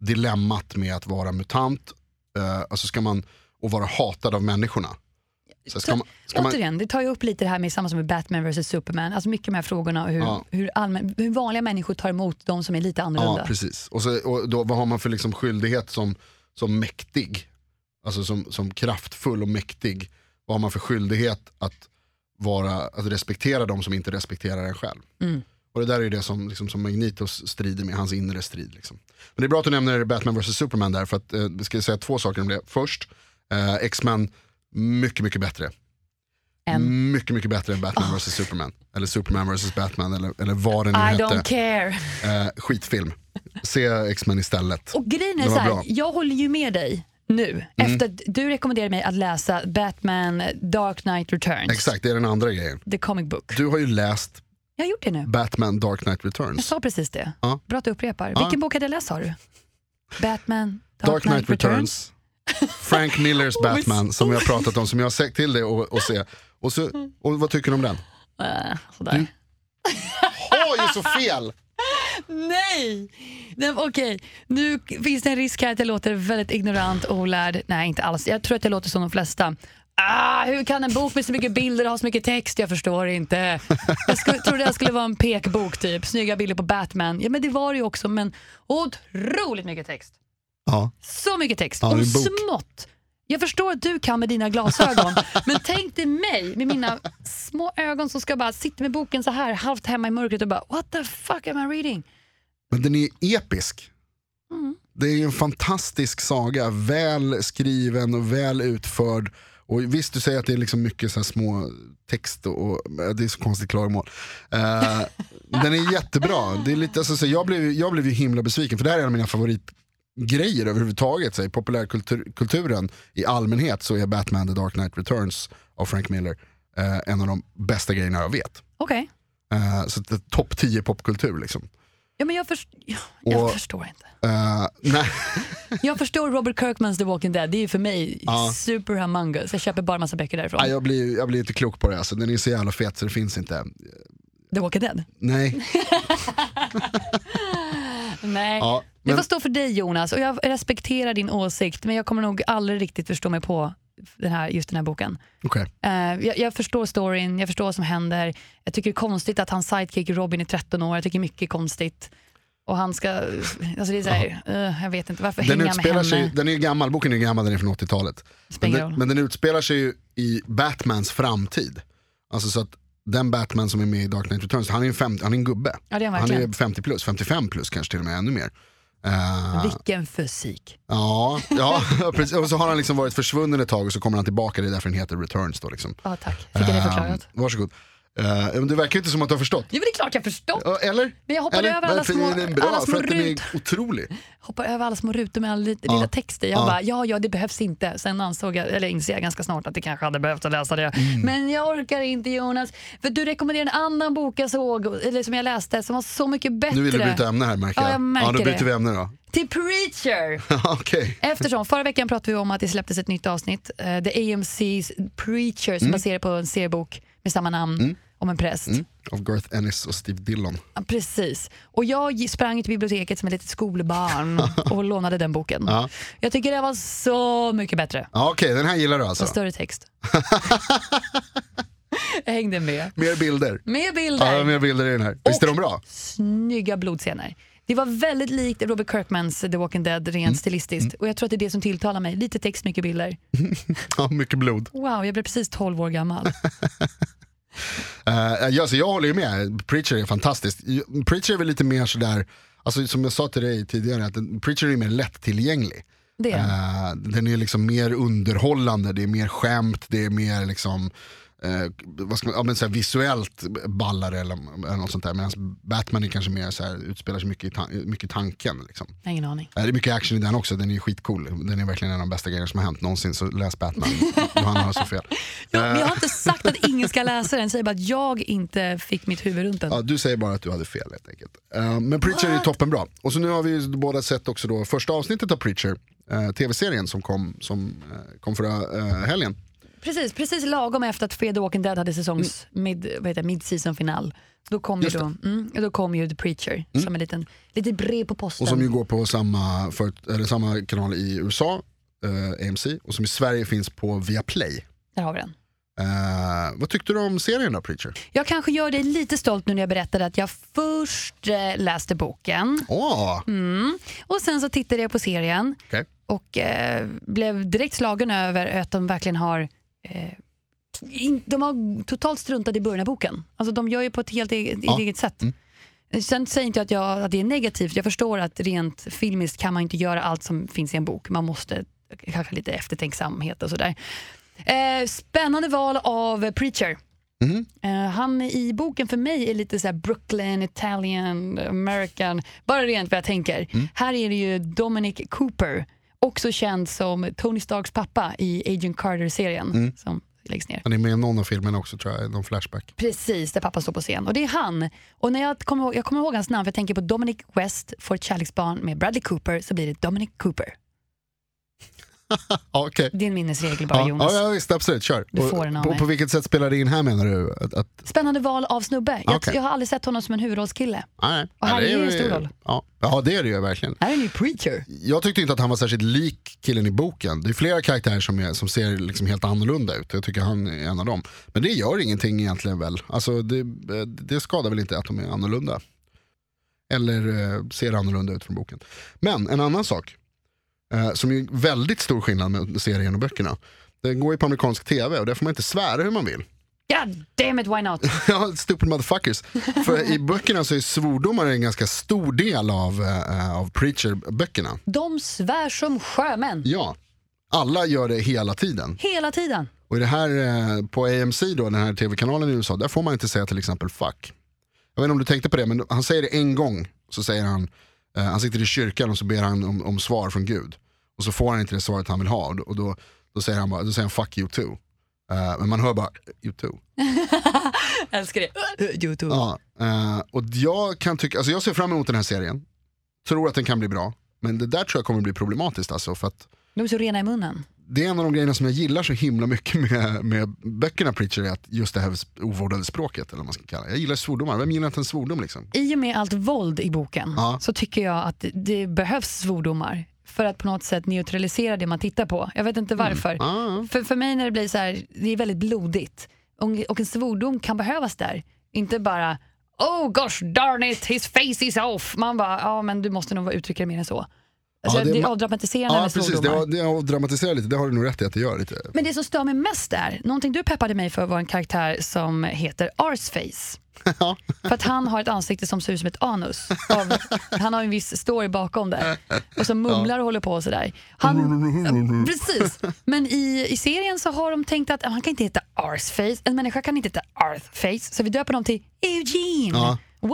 [SPEAKER 1] dilemmat med att vara mutant, eh, alltså ska man, och vara hatad av människorna. Så ska man, ska man,
[SPEAKER 2] Återigen, det tar ju upp lite det här med samma som med Batman vs Superman. Alltså mycket de här frågorna och hur,
[SPEAKER 1] Ja.
[SPEAKER 2] hur, allmän, hur vanliga människor tar emot de som är lite
[SPEAKER 1] ja,
[SPEAKER 2] annorlunda.
[SPEAKER 1] precis. Och, så, och då, vad har man för liksom skyldighet som, som mäktig? Alltså som, som kraftfull och mäktig. Vad har man för skyldighet att, vara, att respektera de som inte respekterar en själv?
[SPEAKER 2] Mm.
[SPEAKER 1] Och det där är ju det som, liksom, som Magnitos strider med, hans inre strid. Liksom. Men det är bra att du nämner Batman vs Superman där, för att eh, vi ska säga två saker om det. Först, eh, X-Men, mycket, mycket bättre.
[SPEAKER 2] En- Ah.
[SPEAKER 1] Mycket, mycket bättre än Batman vs Superman. Eller Superman vs Batman, eller, eller vad den nu
[SPEAKER 2] I don't
[SPEAKER 1] hette.
[SPEAKER 2] care.
[SPEAKER 1] Eh, skitfilm. Se X-Men istället.
[SPEAKER 2] Och grejen är
[SPEAKER 1] Det var
[SPEAKER 2] så här,
[SPEAKER 1] bra. Mm.
[SPEAKER 2] jag håller ju med dig nu. Efter att du rekommenderade mig att läsa Batman Dark Knight Returns.
[SPEAKER 1] Exakt, det är den andra grejen.
[SPEAKER 2] The comic book.
[SPEAKER 1] Du har ju läst
[SPEAKER 2] Jag har gjort det nu.
[SPEAKER 1] Batman Dark Knight
[SPEAKER 2] Jag
[SPEAKER 1] Returns.
[SPEAKER 2] sa precis det.
[SPEAKER 1] Ja.
[SPEAKER 2] Bra att du upprepar.
[SPEAKER 1] Ja.
[SPEAKER 2] Vilken bok hade jag läst sa du? Batman Dark, Oh,
[SPEAKER 1] Dark Knight Returns.
[SPEAKER 2] (laughs)
[SPEAKER 1] Frank Millers Batman som vi har pratat om, som jag har sett till dig och, och se. Och, så, och vad tycker du om den?
[SPEAKER 2] Eh, sådär.
[SPEAKER 1] Mm. har ju så fel.
[SPEAKER 2] Nej! Nej men Okej, nu finns det en risk här att jag låter väldigt ignorant och olärd. Nej, inte alls. Jag tror att jag låter som de flesta. Ah, hur kan en bok med så mycket bilder ha så mycket text? Jag förstår inte. Jag sku, trodde det skulle vara en pekbok, typ. Snygga bilder på Batman. Ja, men det var det ju också, men otroligt mycket text.
[SPEAKER 1] Ja.
[SPEAKER 2] Så mycket text.
[SPEAKER 1] Ja, det är
[SPEAKER 2] och
[SPEAKER 1] en bok.
[SPEAKER 2] smått. Jag förstår att du kan med dina
[SPEAKER 1] (laughs)
[SPEAKER 2] glasögon, men tänk dig mig med mina små ögon som ska bara sitta med boken så här halvt hemma i mörkret och bara what the fuck am I reading?
[SPEAKER 1] Men den är ju episk. Det är ju en fantastisk saga, väl skriven och väl utförd. Och visst, du säger att det är liksom mycket så här små text och, och det är så konstigt klagomål. Eh, den är jättebra. Det är lite, alltså, så jag, blev, ju- jag blev ju himla besviken för det här är en av mina favoritgrejer överhuvudtaget. Så, här, I populärkulturen i allmänhet så är Batman The Dark Knight Returns av Frank Miller eh, en av de bästa grejerna jag vet.
[SPEAKER 2] Okej.
[SPEAKER 1] Eh, så det är topp 10 popkultur liksom.
[SPEAKER 2] Ja, men jag, först- ja, jag
[SPEAKER 1] Och-
[SPEAKER 2] förstår inte.
[SPEAKER 1] Eh, nej.
[SPEAKER 2] Jag förstår Robert Kirkmans The Walking Dead. Det är ju för mig super humongous. Jag köper bara massa böcker därifrån.
[SPEAKER 1] Ja, jag, blir, jag blir inte klok på det, alltså. den är så jävla fet så det finns inte.
[SPEAKER 2] The Walking Dead?
[SPEAKER 1] Nej,
[SPEAKER 2] Nej.
[SPEAKER 1] ja,
[SPEAKER 2] Det
[SPEAKER 1] men,
[SPEAKER 2] får stå för dig Jonas och jag respekterar din åsikt men jag kommer nog aldrig riktigt förstå mig på den här, just den här boken.
[SPEAKER 1] okej.
[SPEAKER 2] Eh, jag, jag förstår storyn, jag förstår vad som händer. Jag tycker det är konstigt att hans sidekick Robin är 13 år. Jag tycker mycket är konstigt. Och han ska... Alltså det är så här, eh, jag vet inte varför
[SPEAKER 1] den
[SPEAKER 2] hänger han med
[SPEAKER 1] utspelar
[SPEAKER 2] henne?
[SPEAKER 1] sig, den är ju gammal, boken är ju gammal, den är från 80-talet. Men
[SPEAKER 2] Spelar
[SPEAKER 1] den,
[SPEAKER 2] roll.
[SPEAKER 1] men den utspelar sig ju i Batmans framtid. Alltså så att den Batman som är med i Dark Knight Returns, han är en, fem, han är en gubbe.
[SPEAKER 2] Ja, det är han
[SPEAKER 1] han
[SPEAKER 2] verkligen.
[SPEAKER 1] är 50 plus, 55 plus kanske till och med ännu mer. Eh,
[SPEAKER 2] Vilken fysik.
[SPEAKER 1] ja, ja, (laughs) precis. Och så har han liksom varit försvunnen ett tag och så kommer han tillbaka, det är därför den heter Returns. Då, liksom.
[SPEAKER 2] Ja, tack. Fick jag det förklarat?
[SPEAKER 1] Eh, varsågod. Eh, men det verkar inte som att du har förstått.
[SPEAKER 2] Ja, men det är klart jag förstår.
[SPEAKER 1] Ja, Eller?
[SPEAKER 2] Men jag hoppar
[SPEAKER 1] Eller?
[SPEAKER 2] över alla
[SPEAKER 1] Varför
[SPEAKER 2] små,
[SPEAKER 1] är den bra?
[SPEAKER 2] alla små
[SPEAKER 1] För att den
[SPEAKER 2] rutor.
[SPEAKER 1] är otrolig.
[SPEAKER 2] Hoppar över alla små rutor med all li,
[SPEAKER 1] Ja.
[SPEAKER 2] lilla text i. Jag
[SPEAKER 1] Ja.
[SPEAKER 2] bara, ja, ja, det behövs inte. Sen ansåg jag, eller insåg jag ganska snart att det kanske hade behövt att läsa det.
[SPEAKER 1] Mm.
[SPEAKER 2] Men jag orkar inte Jonas. För du rekommenderade en annan bok jag såg, eller som jag läste, som var så mycket bättre.
[SPEAKER 1] Nu vill du byta ämne här märker
[SPEAKER 2] Ja,
[SPEAKER 1] jag.
[SPEAKER 2] jag märker
[SPEAKER 1] ja, då byter
[SPEAKER 2] det.
[SPEAKER 1] vi ämne då. (laughs)
[SPEAKER 2] Till Preacher!
[SPEAKER 1] Okej.
[SPEAKER 2] Eftersom förra veckan pratade vi om att det släpptes ett nytt avsnitt, eh, The AMC's Preacher,
[SPEAKER 1] Mm.
[SPEAKER 2] som baserar på en seriebok med samma namn om en präst.
[SPEAKER 1] Av Garth Ennis och Steve Dillon.
[SPEAKER 2] Ja, Precis. Och jag gi- sprang till biblioteket som ett litet
[SPEAKER 1] (laughs)
[SPEAKER 2] skolbarn och lånade den boken.
[SPEAKER 1] Ja.
[SPEAKER 2] Jag tycker det var så mycket bättre.
[SPEAKER 1] Ja, Okej, den här gillar du alltså?
[SPEAKER 2] Och större text.
[SPEAKER 1] (laughs)
[SPEAKER 2] jag hängde med.
[SPEAKER 1] Mer bilder.
[SPEAKER 2] Med bilder.
[SPEAKER 1] Ja, mer bilder i den här. Visst är de bra?
[SPEAKER 2] Snygga blodscener. Det var väldigt likt Robert Kirkmans The Walking Dead rent
[SPEAKER 1] Mm.
[SPEAKER 2] stilistiskt. Och jag tror att det är det som tilltalar mig. Lite text, mycket bilder.
[SPEAKER 1] Ja, mycket blod.
[SPEAKER 2] Wow, jag blev precis 12 år gammal.
[SPEAKER 1] Eh, ja, så jag håller ju med, Preacher är fantastiskt. Preacher är väl lite mer sådär, alltså, som jag sa till dig tidigare, att den- Preacher är mer lättillgänglig.
[SPEAKER 2] Det.
[SPEAKER 1] Eh, den är liksom mer underhållande, det är mer skämt, det är mer liksom eh, vad ska man, ja, men så här visuellt ballare eller, eller något sånt där. Medan Batman är kanske mer så här, utspelar sig mycket i, tan- mycket i tanken. Liksom.
[SPEAKER 2] Jag har Ingen aning.
[SPEAKER 1] Eh, Det är mycket action i den också, den är skitcool. Den är verkligen en av de bästa grejerna som har hänt någonsin, så läs Batman. Johanna har så fel.
[SPEAKER 2] Jag, men jag har inte sagt att ingen ska läsa den, säger bara att jag inte fick mitt huvud runt den.
[SPEAKER 1] Ja, du säger bara att du hade fel helt enkelt. Eh, men Preacher är toppenbra. Och så nu har vi ju båda sett också då första avsnittet av Preacher, eh, tv-serien som kom, som, eh, kom förra eh, helgen.
[SPEAKER 2] Precis, precis lagom efter att Fear the Walking Dead hade säsongs
[SPEAKER 1] Mm.
[SPEAKER 2] mid, vad heter, det, mid-season final. Då kom, ju då, mm, och då kom ju The Preacher som en liten, lite brev på posten.
[SPEAKER 1] Mm. Och som ju går på samma, för, eller samma kanal i USA, eh, AMC, och som i Sverige finns på Viaplay.
[SPEAKER 2] Där har vi den.
[SPEAKER 1] Eh, vad tyckte du om serien då Preacher?
[SPEAKER 2] Jag kanske gör dig lite stolt nu när jag berättade att jag först eh, läste boken
[SPEAKER 1] Åh,
[SPEAKER 2] Mm. och sen så tittade jag på serien
[SPEAKER 1] okej.
[SPEAKER 2] och eh, blev direkt slagen över att de verkligen har eh, in, de har totalt struntat i början av boken. Alltså de gör ju på ett helt eget,
[SPEAKER 1] Ja.
[SPEAKER 2] eget sätt. Sen säger inte jag att, jag att det är negativt. Jag förstår att rent filmiskt kan man inte göra allt som finns i en bok. Man måste kanske lite eftertänksamhet och sådär. Eh, spännande val av Preacher.
[SPEAKER 1] Mhm.
[SPEAKER 2] Eh, han i boken för mig är lite så här Brooklyn, Italian, American. Bara rent vad jag tänker. Här är det ju Dominic Cooper, också känd som Tony Starks pappa i Agent Carter-serien som läggs ner.
[SPEAKER 1] Han är med i någon av filmerna också tror jag, någon flashback.
[SPEAKER 2] Precis, där pappa står på scen. Och det är han. Och när jag kommer ihåg, jag kommer ihåg hans namn för jag tänker på Dominic West får ett kärleksbarn med Bradley Cooper så blir det Dominic Cooper.
[SPEAKER 1] Ja, okej.
[SPEAKER 2] Det är en minnesregel bara
[SPEAKER 1] Ja,
[SPEAKER 2] Jonas.
[SPEAKER 1] ja, visst, absolut, kör.
[SPEAKER 2] Du
[SPEAKER 1] Och
[SPEAKER 2] får den av
[SPEAKER 1] på,
[SPEAKER 2] mig.
[SPEAKER 1] på vilket sätt spelar det in här menar du? Att, att
[SPEAKER 2] Spännande val av snubbe. Jag,
[SPEAKER 1] Okej.
[SPEAKER 2] jag har aldrig sett honom som en huvudrollskille.
[SPEAKER 1] Nej.
[SPEAKER 2] Och här
[SPEAKER 1] Ja,
[SPEAKER 2] är det en stor roll.
[SPEAKER 1] Ja. ja, det är det ju verkligen.
[SPEAKER 2] Här är en ny preacher.
[SPEAKER 1] Jag tyckte inte att han var särskilt lik killen i boken. Det är flera karaktärer som, är, som ser liksom helt annorlunda ut. Jag tycker han är en av dem. Men det gör ingenting egentligen väl. Alltså, det, eh, det skadar väl inte att de är annorlunda. Eller eh, ser annorlunda ut från boken. Men en annan sak, eh, som är väldigt stor skillnad med serien och böckerna. Den går ju på amerikansk tv och där får man inte svära hur man vill. (laughs)
[SPEAKER 2] God damn it, why not?
[SPEAKER 1] Ja, stupid motherfuckers. För i böckerna så är svordomar en ganska stor del av, eh, av preacher-böckerna.
[SPEAKER 2] De svär som sjömän.
[SPEAKER 1] Ja, alla gör det hela tiden.
[SPEAKER 2] Hela tiden.
[SPEAKER 1] Och i det här eh, på AMC, då, den här tv-kanalen i USA, där får man inte säga till exempel fuck. Jag vet inte om du tänkte på det, men han säger det en gång. Så säger han, eh, han sitter i kyrkan och så ber han om, om svar från Gud. Och så får han inte det svaret han vill ha. Och då, och då, då säger han bara, då säger han fuck you too. Eh, men man hör bara, you too.
[SPEAKER 2] Älskar det. Youtube.
[SPEAKER 1] Ja, eh, och jag, kan tycka, alltså jag ser fram emot den här serien, tror att den kan bli bra, men det där tror jag kommer bli problematiskt. Alltså, för att
[SPEAKER 2] De är så rena i munnen.
[SPEAKER 1] det är en av de grejerna som jag gillar så himla mycket med, med böckerna Preacher, är att just det här sp- ovårdade språket. Eller vad man ska kalla det. Jag gillar svordomar, vem gillar inte en svordom? Liksom?
[SPEAKER 2] I och med allt våld i boken
[SPEAKER 1] Ja.
[SPEAKER 2] så tycker jag att det behövs svordomar för att på något sätt neutralisera det man tittar på. Jag vet inte varför.
[SPEAKER 1] Ah,
[SPEAKER 2] För, för mig när det blir så här, det är väldigt blodigt och, och en svordom kan behövas där. Inte bara Oh gosh darn it, his face is off. Man bara, ja men du måste nog uttrycka det mer än så. Alltså,
[SPEAKER 1] Ja, det-
[SPEAKER 2] det, avdramatiserar
[SPEAKER 1] Ja,
[SPEAKER 2] hennes
[SPEAKER 1] precis. Det,
[SPEAKER 2] svordomar.
[SPEAKER 1] har- det har dramatiserat lite, det har du nog rätt i att det gör lite.
[SPEAKER 2] Men det som stör mig mest där, någonting du peppade mig för var en karaktär som heter Arsface.
[SPEAKER 1] (laughs) Ja.
[SPEAKER 2] För att han har ett ansikte som ser ut som ett anus. Av, han har en viss story bakom där. Och som mumlar och håller på och sådär. Han, precis. Men i, i serien så har de tänkt att ah, han kan inte heta Arsface. En människa kan inte heta Arthface. Så vi döper dem till Eugene.
[SPEAKER 1] Ja.
[SPEAKER 2] What?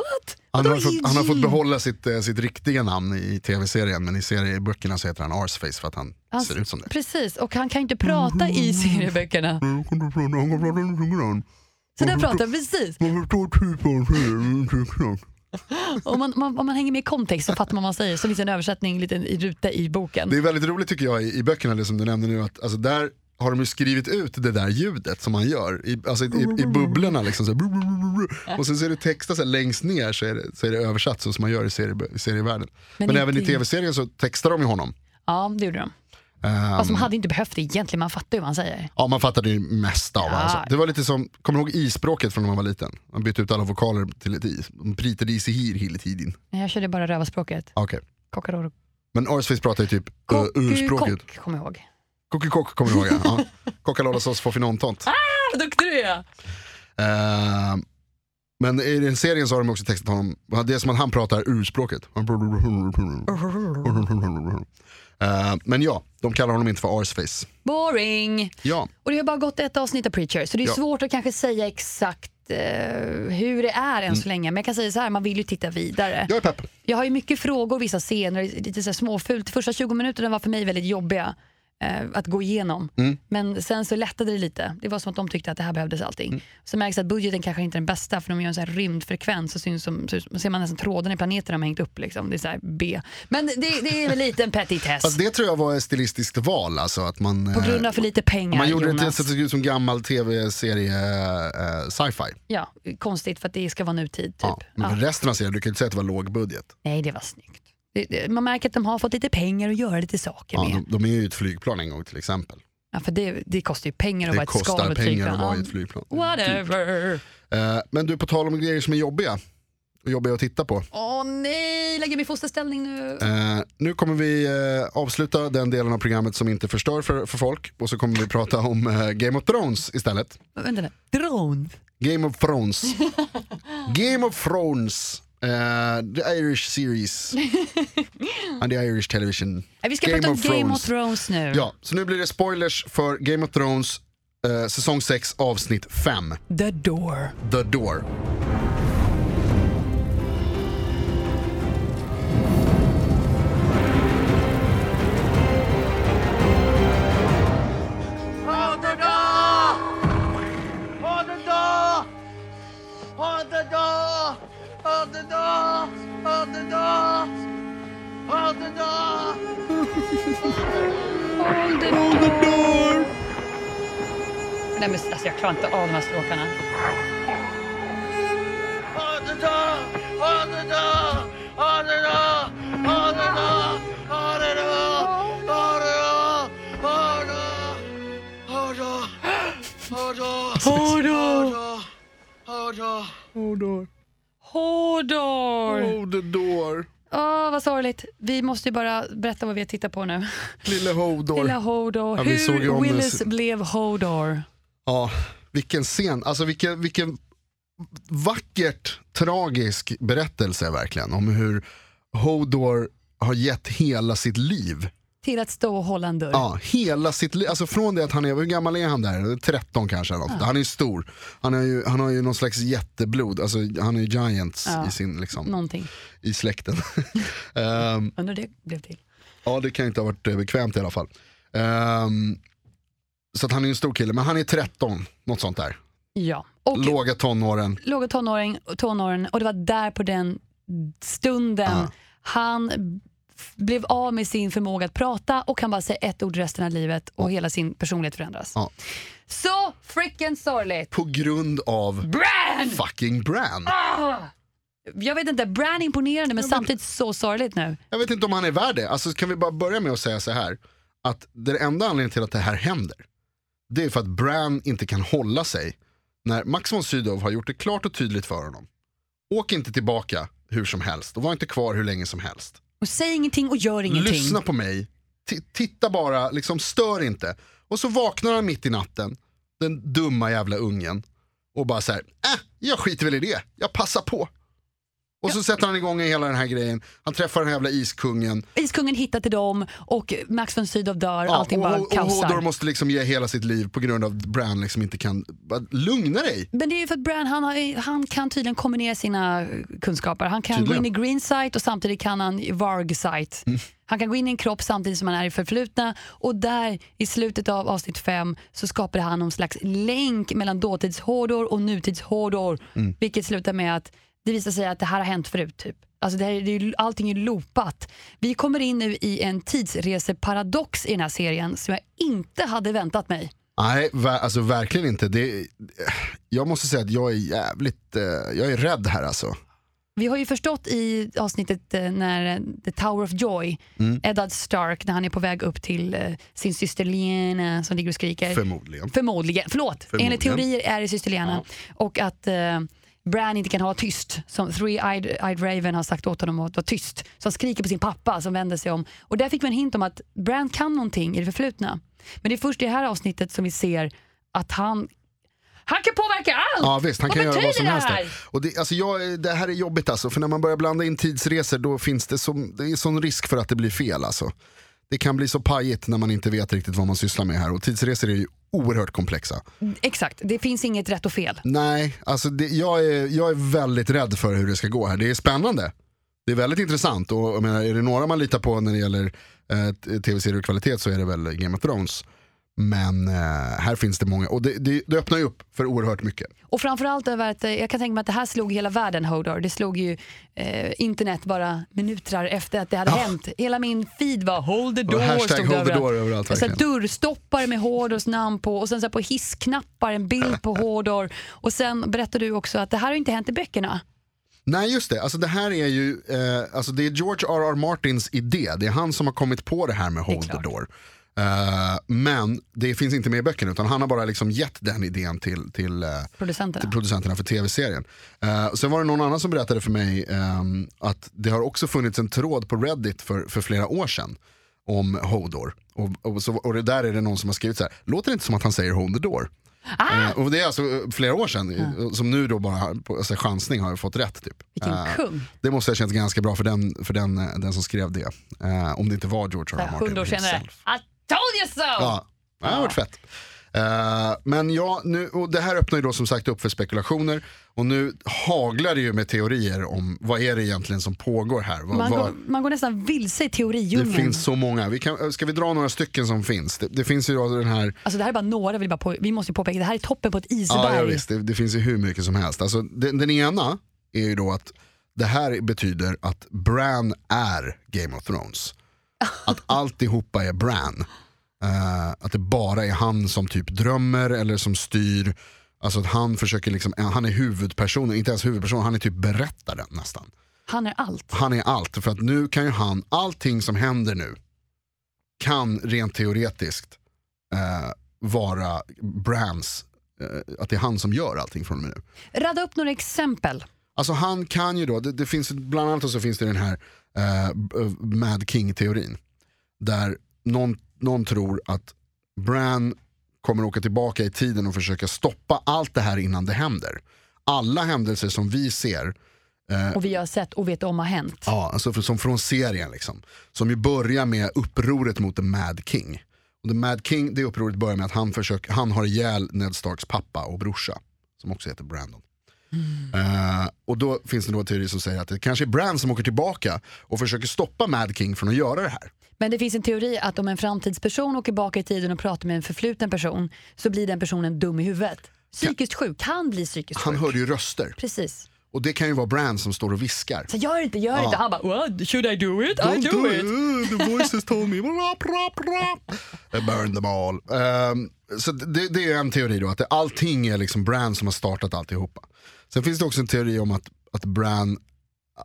[SPEAKER 1] Han
[SPEAKER 2] Vadå
[SPEAKER 1] har, fått, han har fått
[SPEAKER 2] Eugene?
[SPEAKER 1] behålla sitt, eh, sitt riktiga namn i tv-serien men i serieböckerna så heter han Arsface för att han
[SPEAKER 2] Alltså,
[SPEAKER 1] ser ut som det.
[SPEAKER 2] Precis, och han kan ju inte prata i serieböckerna. Så där pratar han precis. Om man, man, om man hänger med i kontext så fattar man vad man säger. Så finns det en översättning, en liten ruta i boken.
[SPEAKER 1] Det är väldigt roligt tycker jag i, i böckerna, det som du nämnde nu, att alltså, där har de ju skrivit ut det där ljudet som han gör i, alltså, i, i bubblorna. Liksom, så här. och sen ser du texta så här, längst ner så är, det, så är det översatt så som man gör i, serie, i serievärlden. Men,
[SPEAKER 2] Men
[SPEAKER 1] även
[SPEAKER 2] inte
[SPEAKER 1] i
[SPEAKER 2] i-
[SPEAKER 1] tv-serien så textar de ju honom.
[SPEAKER 2] Ja, det gjorde de.
[SPEAKER 1] Ehm,
[SPEAKER 2] Fast de hade inte behövt det egentligen, man fattar ju vad han säger.
[SPEAKER 1] Ja man fattade ju mesta av
[SPEAKER 2] Ja.
[SPEAKER 1] alltså. Det var lite som, kommer du ihåg isspråket från när man var liten? Man bytte ut alla vokaler till ett i. De pritade i sig hir hela tiden.
[SPEAKER 2] Nej, Jag körde bara rövarspråket.
[SPEAKER 1] Ah, Okej.
[SPEAKER 2] Kockaror och
[SPEAKER 1] Men Arsface pratar ju typ uh, urspråket.
[SPEAKER 2] kock, kom ihåg.
[SPEAKER 1] Kockikock kommer du ihåg ja. ja. Kockalollasås får finontant.
[SPEAKER 2] Vad duktig du är!
[SPEAKER 1] Eh, men i den serien så har de också textat honom, det är som att han pratar urspråket. Eh, men ja, de kallar honom inte för Arsface.
[SPEAKER 2] Boring!
[SPEAKER 1] Ja,
[SPEAKER 2] Och det har bara gått ett avsnitt av Preacher, så det är
[SPEAKER 1] Ja.
[SPEAKER 2] svårt att kanske säga exakt eh, hur det är än
[SPEAKER 1] Mm.
[SPEAKER 2] så länge. Men jag kan säga så här, man vill ju titta vidare.
[SPEAKER 1] jag är pepp.
[SPEAKER 2] Jag har ju mycket frågor vissa scener, lite så här småfult. Första 20 minuterna var för mig väldigt jobbiga eh, att gå igenom.
[SPEAKER 1] Mm.
[SPEAKER 2] Men sen så lättade det lite. Det var som att de tyckte att det här behövdes allting.
[SPEAKER 1] Mm.
[SPEAKER 2] Så märks att budgeten kanske inte är den bästa för de gör en så här rymdfrekvens så, syns som, så ser man nästan tråden i planeten de har hängt upp. Liksom. Det är så här B. Men det, det är väl lite en petitess.
[SPEAKER 1] (laughs) Fast det tror jag var ett stilistiskt val alltså. Att man,
[SPEAKER 2] På grund av för lite pengar
[SPEAKER 1] Man gjorde det till
[SPEAKER 2] Jonas.
[SPEAKER 1] så att det såg ut som gammal tv-serie eh, sci-fi.
[SPEAKER 2] Ja, konstigt för att det ska vara nutid typ.
[SPEAKER 1] Ja, men
[SPEAKER 2] Ja.
[SPEAKER 1] för resten av serien, du kan ju inte säga att det var låg budget.
[SPEAKER 2] Nej, det var snyggt. Det, det, man märker att de har fått lite pengar att göra lite saker
[SPEAKER 1] Ja,
[SPEAKER 2] med.
[SPEAKER 1] de, de är ju i ett flygplan en gång till exempel.
[SPEAKER 2] Ja, för det, det kostar ju pengar att
[SPEAKER 1] Det
[SPEAKER 2] vara ett skal
[SPEAKER 1] kostar
[SPEAKER 2] och
[SPEAKER 1] pengar
[SPEAKER 2] flygplan.
[SPEAKER 1] att vara i
[SPEAKER 2] Ja,
[SPEAKER 1] ett flygplan.
[SPEAKER 2] Whatever.
[SPEAKER 1] Eh, men du, på tal om grejer som är jobbiga, och jobbiga att titta på.
[SPEAKER 2] Åh nej, lägger mig i fosterställning nu.
[SPEAKER 1] Eh, nu kommer vi eh, avsluta den delen av programmet som inte förstör för, för folk och så kommer vi prata om eh, Game of Thrones istället.
[SPEAKER 2] Vänta nu. Drone.
[SPEAKER 1] Game of Thrones.
[SPEAKER 2] (laughs)
[SPEAKER 1] Game of Thrones. eh, the Irish series.
[SPEAKER 2] (laughs)
[SPEAKER 1] And the Irish television.
[SPEAKER 2] Nej, Äh, vi ska
[SPEAKER 1] Game
[SPEAKER 2] prata om
[SPEAKER 1] of
[SPEAKER 2] Game
[SPEAKER 1] Thrones.
[SPEAKER 2] of Thrones nu.
[SPEAKER 1] Ja, så nu blir det spoilers för Game of Thrones eh, säsong 6 avsnitt 5,
[SPEAKER 2] The Door.
[SPEAKER 1] The Door.
[SPEAKER 3] Hold the door! Hold the door! Hold the door! Hold the door! Hold the door! Hold the door!
[SPEAKER 2] Hold the door. Nej, men, alltså, jag klarar inte av de här stråkarna.
[SPEAKER 3] Hold the door! Hold the door! Hold the door! Hold the door! Hold the door! Hold the door! Hold the door! Hold the door! Hold the door!
[SPEAKER 2] Hold door.
[SPEAKER 3] Hold door! Hold door!
[SPEAKER 1] Oh, door.
[SPEAKER 2] Hold door.
[SPEAKER 1] the door.
[SPEAKER 2] Åh, vad sorgligt. Vi måste ju bara berätta vad vi har tittat på nu.
[SPEAKER 1] Lille Hodor.
[SPEAKER 2] Lilla Hodor.
[SPEAKER 1] Ja, vi såg ju om-
[SPEAKER 2] Hur Willis blev Hodor.
[SPEAKER 1] Ja, vilken scen. Alltså vilken, vilken vackert tragisk berättelse verkligen om hur Hodor har gett hela sitt liv.
[SPEAKER 2] Till att stå och hålla en dörr.
[SPEAKER 1] Ja, hela sitt liv. Alltså från det att han är, hur gammal är han där? 13 kanske eller något. Han är ju stor. Han har ju, han har ju någon slags jätteblod, alltså han är ju giants
[SPEAKER 2] Ja.
[SPEAKER 1] i sin liksom.
[SPEAKER 2] Någonting.
[SPEAKER 1] i släkten. (laughs) Ehm,
[SPEAKER 2] Undrar det blev till.
[SPEAKER 1] ja, det kan ju inte ha varit eh, bekvämt i alla fall. Ehm, så att han är ju en stor kille, men han är 13, något sånt där.
[SPEAKER 2] Ja. Och
[SPEAKER 1] Låga tonåren.
[SPEAKER 2] låga tonåring, tonåren och det var där på den stunden
[SPEAKER 1] Ja.
[SPEAKER 2] han f- blev av med sin förmåga att prata och kan bara säga ett ord resten av livet
[SPEAKER 1] Ah.
[SPEAKER 2] och hela sin personlighet förändras.
[SPEAKER 1] Ja.
[SPEAKER 2] Så freaking sorgligt!
[SPEAKER 1] På grund av
[SPEAKER 2] Bran!
[SPEAKER 1] fucking Bran.
[SPEAKER 2] Ah! Jag vet inte, Bran är imponerande men samtidigt så sorgligt nu.
[SPEAKER 1] Jag vet inte om han är värd det. Alltså, kan vi bara börja med att säga så här. Att den enda anledningen till att det här händer, det är för att Bran inte kan hålla sig. När Max von Sydow har gjort det klart och tydligt för honom. Åk inte tillbaka hur som helst och var inte kvar hur länge som helst.
[SPEAKER 2] Och Och säg ingenting och gör ingenting.
[SPEAKER 1] Lyssna på mig. T- titta bara, liksom stör inte. Och så vaknar han mitt i natten, den dumma jävla ungen. Och bara så här, äh, jag skiter väl i det, jag passar på. Och så sätter han igång hela den här grejen, han träffar den här jävla iskungen.
[SPEAKER 2] Iskungen hittar till dem och Max von Sydow dör.
[SPEAKER 1] Ja,
[SPEAKER 2] allting bara
[SPEAKER 1] och, och, och
[SPEAKER 2] kaosar.
[SPEAKER 1] Hodor måste liksom ge hela sitt liv på grund av att Bran liksom inte kan, bara, lugna dig.
[SPEAKER 2] Men det är ju för att Bran han, har, han kan tydligen kombinera sina kunskaper. Han kan
[SPEAKER 1] Tydligen.
[SPEAKER 2] gå in i green sight och samtidigt kan han i varg sight. Han kan gå in i en kropp samtidigt som han är i förflutna och där i slutet av avsnitt 5 så skapar han någon slags länk mellan dåtidshårdor och nutidshårdor vilket slutar med att det visar sig att det här har hänt förut. Typ. Alltså det här, är- det är, ju- allting är loopat. Vi kommer in nu i en tidsreseparadox i den här serien som jag inte hade väntat mig.
[SPEAKER 1] Nej, ver- alltså verkligen inte. Det, jag måste säga att jag är jävligt, eh, jag är rädd här alltså.
[SPEAKER 2] Vi har ju förstått i avsnittet eh, när eh, The Tower of Joy,
[SPEAKER 1] Mm.
[SPEAKER 2] Eddard Stark, när han är på väg upp till eh, sin syster Lena som ligger och skriker.
[SPEAKER 1] Förmodligen.
[SPEAKER 2] Förmodligen, förlåt.
[SPEAKER 1] Förmodligen.
[SPEAKER 2] Enligt teorier är det syster Lena. Och att eh, Bran inte kan ha tyst, som Three-Eyed Eyed Raven har sagt åt honom att vara tyst. Så han skriker på sin pappa som vänder sig om. Och där fick vi en hint om att Bran kan någonting i det förflutna. Men det är först i det här avsnittet som vi ser att han, han kan påverka allt!
[SPEAKER 1] Ja visst, han kan göra
[SPEAKER 2] betyder
[SPEAKER 1] vad som
[SPEAKER 2] det
[SPEAKER 1] helst.
[SPEAKER 2] här?
[SPEAKER 1] där. Och det, alltså jag, det här är jobbigt alltså, för när man börjar blanda in tidsresor då finns det, som, det är sån risk för att det blir fel alltså. Det kan bli så pajigt när man inte vet riktigt vad man sysslar med här och tidsresor är ju oerhört komplexa.
[SPEAKER 2] Exakt, det finns inget rätt och fel.
[SPEAKER 1] Nej, alltså det, jag, är, jag är väldigt rädd för hur det ska gå här. Det är spännande. Det är väldigt intressant och jag menar, är det några man litar på när det gäller eh, t- tv-serier och kvalitet så är det väl Game of Thrones. Men eh, här finns det många och det, det, det öppnar ju upp för oerhört mycket.
[SPEAKER 2] Och framförallt över att eh, jag kan tänka mig att det här slog hela världen Hodor. Det slog ju eh, internet bara minuter efter att det hade hänt. Hela min feed var hold the door.
[SPEAKER 1] hashtag
[SPEAKER 2] stod det
[SPEAKER 1] hold the
[SPEAKER 2] överallt.
[SPEAKER 1] door överallt,
[SPEAKER 2] Jag satt
[SPEAKER 1] verkligen.
[SPEAKER 2] dörrstoppare med Hodors namn på och sen så här på hissknappar en bild
[SPEAKER 1] (laughs)
[SPEAKER 2] på Hodor. Och sen berättade du också att det här har ju inte hänt i böckerna.
[SPEAKER 1] Nej just det, alltså det här är ju eh, alltså det är George R.R. Martins idé. Det är han som har kommit på det här med Hold the
[SPEAKER 2] klart.
[SPEAKER 1] Door. Eh, men det finns inte med i böckerna utan han har bara liksom gett den idén till, till, eh, till
[SPEAKER 2] Producenterna.
[SPEAKER 1] producenterna för tv-serien. Eh, sen var det någon annan som berättade för mig ehm, att det har också funnits en tråd på Reddit för, för flera år sedan om Hodor. Och, och, så, och det där är det någon som har skrivit så här, låter det inte som att han säger Hold the Door?
[SPEAKER 2] Ah,
[SPEAKER 1] Eh, och det är alltså eh, flera år sedan, eh, som nu då bara på alltså, chansning har fått rätt. Typ.
[SPEAKER 2] vilken
[SPEAKER 1] Eh,
[SPEAKER 2] kung.
[SPEAKER 1] det måste ha känts ganska bra för den, för den, eh, den som skrev det. Eh, om det inte var George R. R. Martin
[SPEAKER 2] Hundra år senare.
[SPEAKER 1] himself.
[SPEAKER 2] I told you so!
[SPEAKER 1] Ja, det har varit fett. Eh, men ja, nu, och det här öppnar ju då som sagt upp för spekulationer och nu haglar det ju med teorier om vad är det egentligen som pågår här. Vad,
[SPEAKER 2] Man,
[SPEAKER 1] vad,
[SPEAKER 2] går, man går nästan vilse i
[SPEAKER 1] det
[SPEAKER 2] teoridjungeln.
[SPEAKER 1] finns så många. Vi kan, ska vi dra några stycken som finns? Det, det finns ju då den här
[SPEAKER 2] Alltså det här är bara några, jag vill bara på, vi måste ju påpeka, det här är toppen på ett
[SPEAKER 1] Ja,
[SPEAKER 2] isberg.
[SPEAKER 1] ja visst, det, det finns ju hur mycket som helst. Alltså, den, den ena är ju då att det här betyder att Bran är Game of Thrones. Att alltihopa är Bran. Eh, att det bara är han som typ drömmer eller som styr. Alltså att han försöker liksom, eh, han är huvudpersonen, inte ens huvudpersonen, han är typ berättaren nästan.
[SPEAKER 2] Han är allt.
[SPEAKER 1] Han är allt, för att nu kan ju han, allting som händer nu kan rent teoretiskt eh, vara Brans, eh, att det är han som gör allting från och med nu.
[SPEAKER 2] Radda upp några exempel.
[SPEAKER 1] Alltså han kan ju då, det, det finns, bland annat så finns det den här eh, b- eh, Mad King-teorin. Där någon, någon tror att Bran kommer åka tillbaka i tiden och försöka stoppa allt det här innan det händer. Alla händelser som vi ser
[SPEAKER 2] Och vi har sett och vet om har hänt.
[SPEAKER 1] Ja, alltså för, som från serien liksom. Som ju börjar med upproret mot The Mad King. Och The Mad King, det upproret börjar med att han, försöker, han har ihjäl Ned Starks pappa och brorsa. Som också heter Brandon.
[SPEAKER 2] Mm.
[SPEAKER 1] Eh, och då finns det då en teori som säger att det kanske är Bran som åker tillbaka och försöker stoppa Mad King från att göra det här.
[SPEAKER 2] Men det finns en teori att om en framtidsperson åker bak i tiden och pratar med en förfluten person så blir den personen dum i huvudet. Psykiskt sjuk, kan bli psykiskt
[SPEAKER 1] Han
[SPEAKER 2] sjuk.
[SPEAKER 1] hörde ju röster.
[SPEAKER 2] Precis.
[SPEAKER 1] Och det kan ju vara Bran som står och viskar.
[SPEAKER 2] Så gör inte, gör inte. Han bara What? should I do it? I
[SPEAKER 1] Don't
[SPEAKER 2] do it.
[SPEAKER 1] The voices told me. Rap, rap, rap. I Eh, burn them all. Ehm, så det, det är en teori då, att det, allting är liksom Bran som har startat alltihopa. Sen finns det också en teori om att, att Bran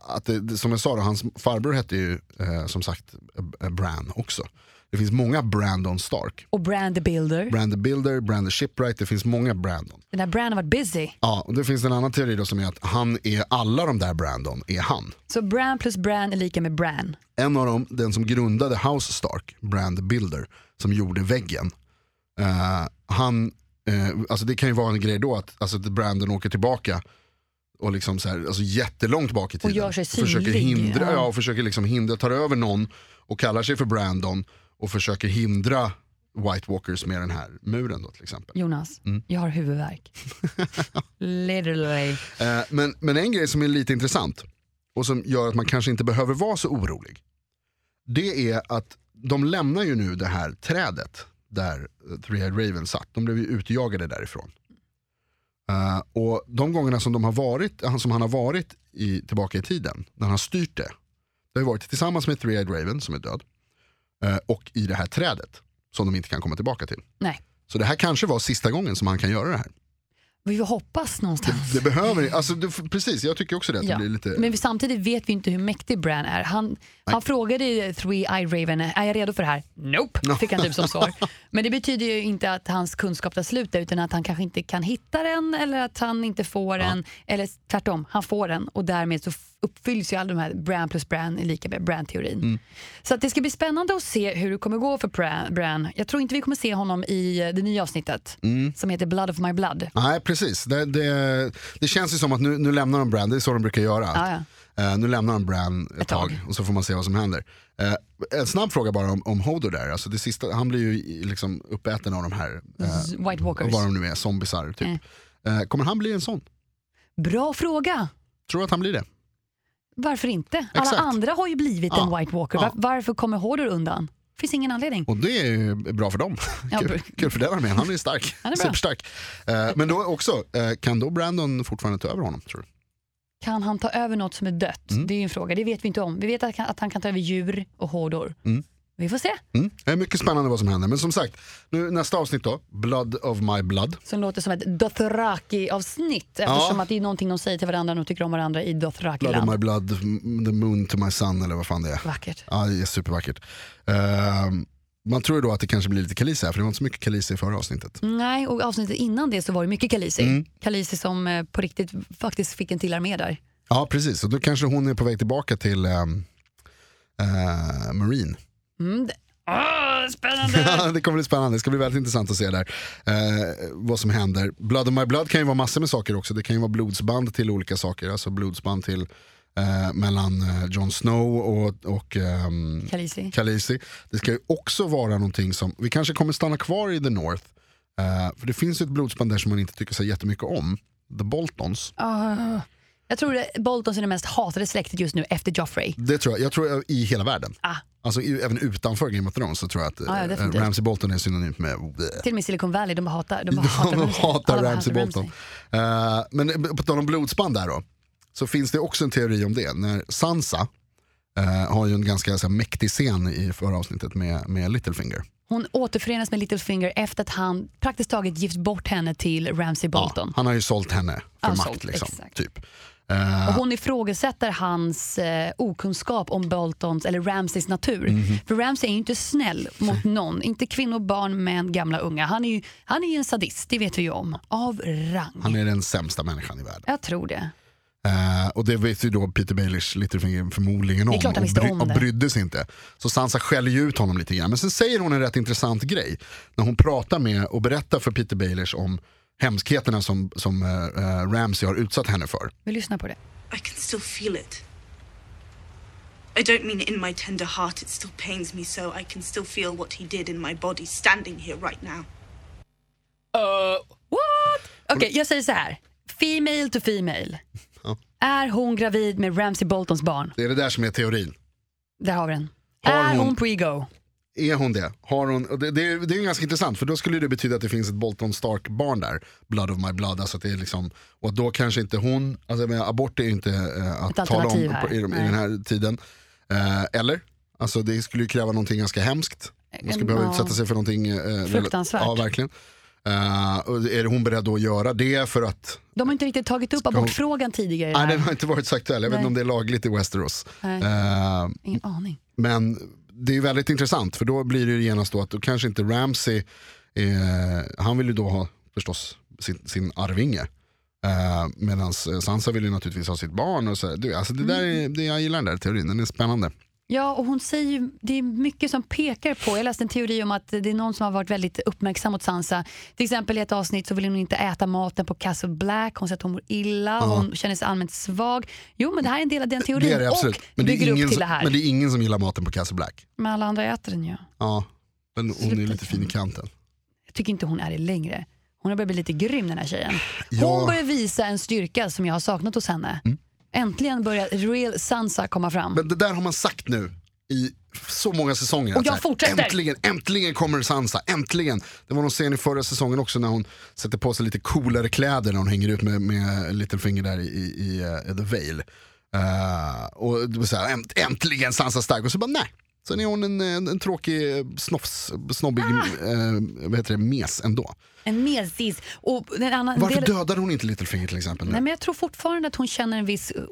[SPEAKER 1] att det, det, som jag sa, då, hans farbror hette ju eh, som sagt eh, Bran också. Det finns många Brandon Stark.
[SPEAKER 2] Och Brand the Builder.
[SPEAKER 1] Brand the Builder, Brand the Shipwright, det finns många Brandon.
[SPEAKER 2] Den här Brand har varit busy.
[SPEAKER 1] Ja, och det finns en annan teori då som är att han är alla de där Brandon är han.
[SPEAKER 2] Så Bran plus Bran är lika med Bran.
[SPEAKER 1] En av dem, den som grundade House Stark, Brand the Builder, som gjorde väggen. Eh, han, eh, alltså det kan ju vara en grej då att alltså, att Brandon åker tillbaka och liksom så här, alltså jättelångt bak i tiden.
[SPEAKER 2] gör sig
[SPEAKER 1] försöker
[SPEAKER 2] synlig,
[SPEAKER 1] hindra,
[SPEAKER 2] ja.
[SPEAKER 1] ja. och försöker liksom hindra, tar över någon och kallar sig för Brandon och försöker hindra White Walkers med den här muren då till exempel.
[SPEAKER 2] Jonas,
[SPEAKER 1] Mm.
[SPEAKER 2] jag har
[SPEAKER 1] (laughs)
[SPEAKER 2] huvudvärk. Literally.
[SPEAKER 1] Eh, men, men en grej som är lite intressant och som gör att man kanske inte behöver vara så orolig. Det är att de lämnar ju nu det här trädet där Three-Eyed Raven satt. De blev ju utjagade därifrån. Eh, och de gångerna som, de har varit, han- som han har varit i, tillbaka i tiden, när han har styrt det. Det har ju varit tillsammans med Three-Eyed Raven som är död. eh, och i det här trädet som de inte kan komma tillbaka till.
[SPEAKER 2] Nej,
[SPEAKER 1] Så det här kanske var sista gången som han kan göra det här.
[SPEAKER 2] vi hoppas någonstans.
[SPEAKER 1] Det behöver alltså, det, precis, jag tycker också det. Att
[SPEAKER 2] Ja.
[SPEAKER 1] det blir lite...
[SPEAKER 2] Men vi- samtidigt vet vi inte hur mäktig Bran är. Han, han frågade ju Three Eye Raven, är jag redo för det här? Nope, fick han typ som svar. Men det betyder ju inte att hans kunskap tar slut utan att han kanske inte kan hitta den eller att han inte får den. Eller tvärtom, han får den och därmed så f- uppfylls ju alla de här Bran plus Bran är lika med Bran-teorin. Så att det ska bli spännande att se hur det kommer gå för Bran- Bran. Jag tror inte vi kommer se honom i eh, det nya avsnittet som heter Blood of My Blood.
[SPEAKER 1] Nej, precis. Det, det, det känns ju som att nu, nu lämnar de Brand, det är så de brukar göra.
[SPEAKER 2] Ja, ja.
[SPEAKER 1] Eh, nu lämnar de Brand ett,
[SPEAKER 2] Ett tag.
[SPEAKER 1] tag. och så får man se vad som händer. Eh, en snabb fråga bara om, om Hodor där. Alltså det sista, han blir ju i- liksom uppäten av de här, eh,
[SPEAKER 2] Z- White Walkers.
[SPEAKER 1] vad de nu är, zombisar typ.
[SPEAKER 2] Mm.
[SPEAKER 1] Eh, kommer han bli en sån?
[SPEAKER 2] Bra fråga!
[SPEAKER 1] Tror du att han blir det?
[SPEAKER 2] Varför inte?
[SPEAKER 1] Exakt.
[SPEAKER 2] Alla andra har ju blivit
[SPEAKER 1] Ja,
[SPEAKER 2] en White Walker.
[SPEAKER 1] ja.
[SPEAKER 2] Var, varför kommer Hodor undan? finns ingen anledning.
[SPEAKER 1] Och det är ju bra för dem.
[SPEAKER 2] (laughs) Ja,
[SPEAKER 1] kul,
[SPEAKER 2] br-
[SPEAKER 1] kul för den armén, han är ju stark.
[SPEAKER 2] Han är bra.
[SPEAKER 1] Superstark. Eh, men då också, eh, kan då Brandon fortfarande ta över honom tror du?
[SPEAKER 2] Kan han ta över något som är dött?
[SPEAKER 1] Mm.
[SPEAKER 2] Det är ju en fråga. Det vet vi inte om. Vi vet att, att han kan ta över djur och Hodor. Vi får se.
[SPEAKER 1] Mm. Det är mycket spännande vad som händer. Men som sagt, nu, nästa avsnitt då, Blood of my blood.
[SPEAKER 2] Som låter som ett Dothraki-avsnitt eftersom
[SPEAKER 1] Ja.
[SPEAKER 2] att det är någonting de säger till varandra och de tycker om varandra i
[SPEAKER 1] Blood of
[SPEAKER 2] Dothraki-land.
[SPEAKER 1] my blood, m- the moon to my sun eller vad fan det är.
[SPEAKER 2] Vackert.
[SPEAKER 1] Ja, det är supervackert. Ehm, man tror ju då att det kanske blir lite Khaleesi här, för det var inte så mycket Khaleesi i förra avsnittet.
[SPEAKER 2] Nej, och avsnittet innan det så var det mycket Khaleesi.
[SPEAKER 1] Mm.
[SPEAKER 2] Khaleesi som eh, på riktigt faktiskt fick en till armé där.
[SPEAKER 1] Ja, precis. Och då kanske hon är på väg tillbaka till ehm, eh, Marine.
[SPEAKER 2] Mm. det- Ah,
[SPEAKER 1] (laughs)
[SPEAKER 2] spännande!
[SPEAKER 1] det kommer bli spännande, det ska bli väldigt intressant att se där eh, vad som händer. Blood of my blood kan ju vara massor med saker också. Det kan ju vara blodsband till olika saker, alltså blodsband till eh, mellan eh, Jon Snow och, och ehm,
[SPEAKER 2] Khaleesi.
[SPEAKER 1] Khaleesi. Det ska ju också vara någonting som, vi kanske kommer stanna kvar i The North, eh, för det finns ju ett blodsband där som man inte tycker så jättemycket om, The Boltons.
[SPEAKER 2] Ah. Jag tror det- Boltons är det mest hatade släktet just nu efter Joffrey.
[SPEAKER 1] Det tror jag, jag tror jag, i hela världen.
[SPEAKER 2] Ah.
[SPEAKER 1] Alltså i, även utanför Game of Thrones så tror jag att
[SPEAKER 2] Ja, ja,
[SPEAKER 1] eh,
[SPEAKER 2] definitivt.
[SPEAKER 1] Ramsay Bolton är synonymt med (laughs)
[SPEAKER 2] Till och med Silicon Valley, de bara hatar, de bara hatar,
[SPEAKER 1] De
[SPEAKER 2] Ja,
[SPEAKER 1] hatar
[SPEAKER 2] de bara
[SPEAKER 1] Ramsay Bolton. Eh, men på tal om blodsband där då, så finns det också en teori om det. När Sansa eh, har ju en ganska så här, mäktig scen i förra avsnittet med, med Littlefinger.
[SPEAKER 2] Hon återförenas med Littlefinger efter att han praktiskt taget gift bort henne till Ramsay Bolton.
[SPEAKER 1] Ja, han har ju sålt henne för
[SPEAKER 2] Ja,
[SPEAKER 1] makt.
[SPEAKER 2] sålt,
[SPEAKER 1] liksom,
[SPEAKER 2] exakt.
[SPEAKER 1] typ. Eh,
[SPEAKER 2] Och hon ifrågasätter hans eh, okunskap om Boltons eller Ramsays natur.
[SPEAKER 1] Mhm.
[SPEAKER 2] För Ramsay är ju inte snäll
[SPEAKER 1] (laughs)
[SPEAKER 2] mot någon. Inte kvinnor, barn, män, gamla, unga. Han är ju han är ju en sadist, det vet vi ju om. Av rang.
[SPEAKER 1] han är den sämsta människan i världen.
[SPEAKER 2] Jag tror det.
[SPEAKER 1] Eh, och det vet ju då Peter Baelish Littlefinger förmodligen om.
[SPEAKER 2] är klart han
[SPEAKER 1] och,
[SPEAKER 2] visste om
[SPEAKER 1] och
[SPEAKER 2] det.
[SPEAKER 1] brydde sig inte. Så Sansa skäller ju ut honom lite grann. Men sen säger hon en rätt intressant grej. När hon pratar med och berättar för Peter Baelish om hemskheterna som, som eh, eh, Ramsay har utsatt henne för.
[SPEAKER 2] Vi lyssnar på det.
[SPEAKER 4] I can still feel it. I don't mean it in my tender heart, it still pains me so. I can still feel what he did in my body standing here right now.
[SPEAKER 2] What? Okej, jag säger så här. Female to female.
[SPEAKER 1] Ja.
[SPEAKER 2] Är hon gravid med Ramsay Boltons barn?
[SPEAKER 1] Det är det där som är teorin.
[SPEAKER 2] Där har vi den.
[SPEAKER 1] Har
[SPEAKER 2] är
[SPEAKER 1] hon-
[SPEAKER 2] hon prego?
[SPEAKER 1] Är hon det? Har hon, och det, det, är- det är ju ganska intressant för då skulle ju det betyda att det finns ett Bolton Stark-barn där. Blood of my blood. Alltså att det är liksom, och då kanske inte hon, alltså jag menar, abort är ju inte eh,
[SPEAKER 2] Ett
[SPEAKER 1] att tala om
[SPEAKER 2] alternativ
[SPEAKER 1] på,
[SPEAKER 2] här.
[SPEAKER 1] i, de- i
[SPEAKER 2] Nej.
[SPEAKER 1] den här tiden. Eh, eller? Alltså det skulle ju kräva någonting ganska hemskt. Man skulle
[SPEAKER 2] En-
[SPEAKER 1] behöva
[SPEAKER 2] ja.
[SPEAKER 1] utsätta sig för någonting. Eh, rela-
[SPEAKER 2] Fruktansvärt.
[SPEAKER 1] Ja, verkligen. Eh, och är hon beredd då att göra det för att
[SPEAKER 2] De har inte riktigt tagit upp abortfrågan tidigare.
[SPEAKER 1] Nej,
[SPEAKER 2] Nej,
[SPEAKER 1] den har inte varit så aktuell. Jag vet
[SPEAKER 2] Nej.
[SPEAKER 1] inte om det är lagligt i Westeros.
[SPEAKER 2] Nej.
[SPEAKER 1] Eh,
[SPEAKER 2] Ingen aning.
[SPEAKER 1] men det är väldigt intressant för då blir det ju genast då att då kanske inte Ramsey, eh, han vill ju då ha förstås sin, sin arvinge. Eh, Medan Sansa vill ju naturligtvis ha sitt barn. Och så, här. du, alltså det där är, det, jag gillar den där teorin, den är spännande.
[SPEAKER 2] Ja, och hon säger ju, det är mycket som pekar på, jag läste en teori om att det är någon som har varit väldigt uppmärksam mot Sansa. Till exempel i ett avsnitt så vill hon inte äta maten på Castle Black, hon säger att hon mår illa, hon känner sig allmänt svag. Jo men det här är en del av den teorin
[SPEAKER 1] Det är det absolut.
[SPEAKER 2] och
[SPEAKER 1] Men det
[SPEAKER 2] bygger
[SPEAKER 1] är, ingen
[SPEAKER 2] upp till det
[SPEAKER 1] som,
[SPEAKER 2] här. Men,
[SPEAKER 1] men det är ingen som gillar maten på Castle Black.
[SPEAKER 2] alla andra äter den ju.
[SPEAKER 1] Ja, men hon är ju
[SPEAKER 2] Sluta.
[SPEAKER 1] lite fin i kanten.
[SPEAKER 2] Jag tycker inte hon är det längre. Hon har börjat bli lite grym den här tjejen. Hon
[SPEAKER 1] Ja. Mm.
[SPEAKER 2] börjar visa en styrka som jag har saknat hos henne. Äntligen börjar real Sansa komma fram.
[SPEAKER 1] Men det där har man sagt nu i så många säsonger.
[SPEAKER 2] Och jag
[SPEAKER 1] Att så här,
[SPEAKER 2] fortsätter.
[SPEAKER 1] Äntligen, äntligen kommer Sansa, äntligen. Det var någon scen i förra säsongen också när hon sätter på sig lite coolare kläder när hon hänger ut med, med Littlefinger där i, i eh, The Veil. Eh, och det var så här, änt, äntligen Sansa stark och så bara nej. Sen är hon en, en, en tråkig eh, snofs, snobbig
[SPEAKER 2] Ah.
[SPEAKER 1] eh, vad heter det, mes ändå.
[SPEAKER 2] En mesis. Och en annan
[SPEAKER 1] Varför
[SPEAKER 2] del...
[SPEAKER 1] dödar hon inte Littlefinger till exempel? nu?
[SPEAKER 2] Nej, men jag tror fortfarande att hon känner en viss eh,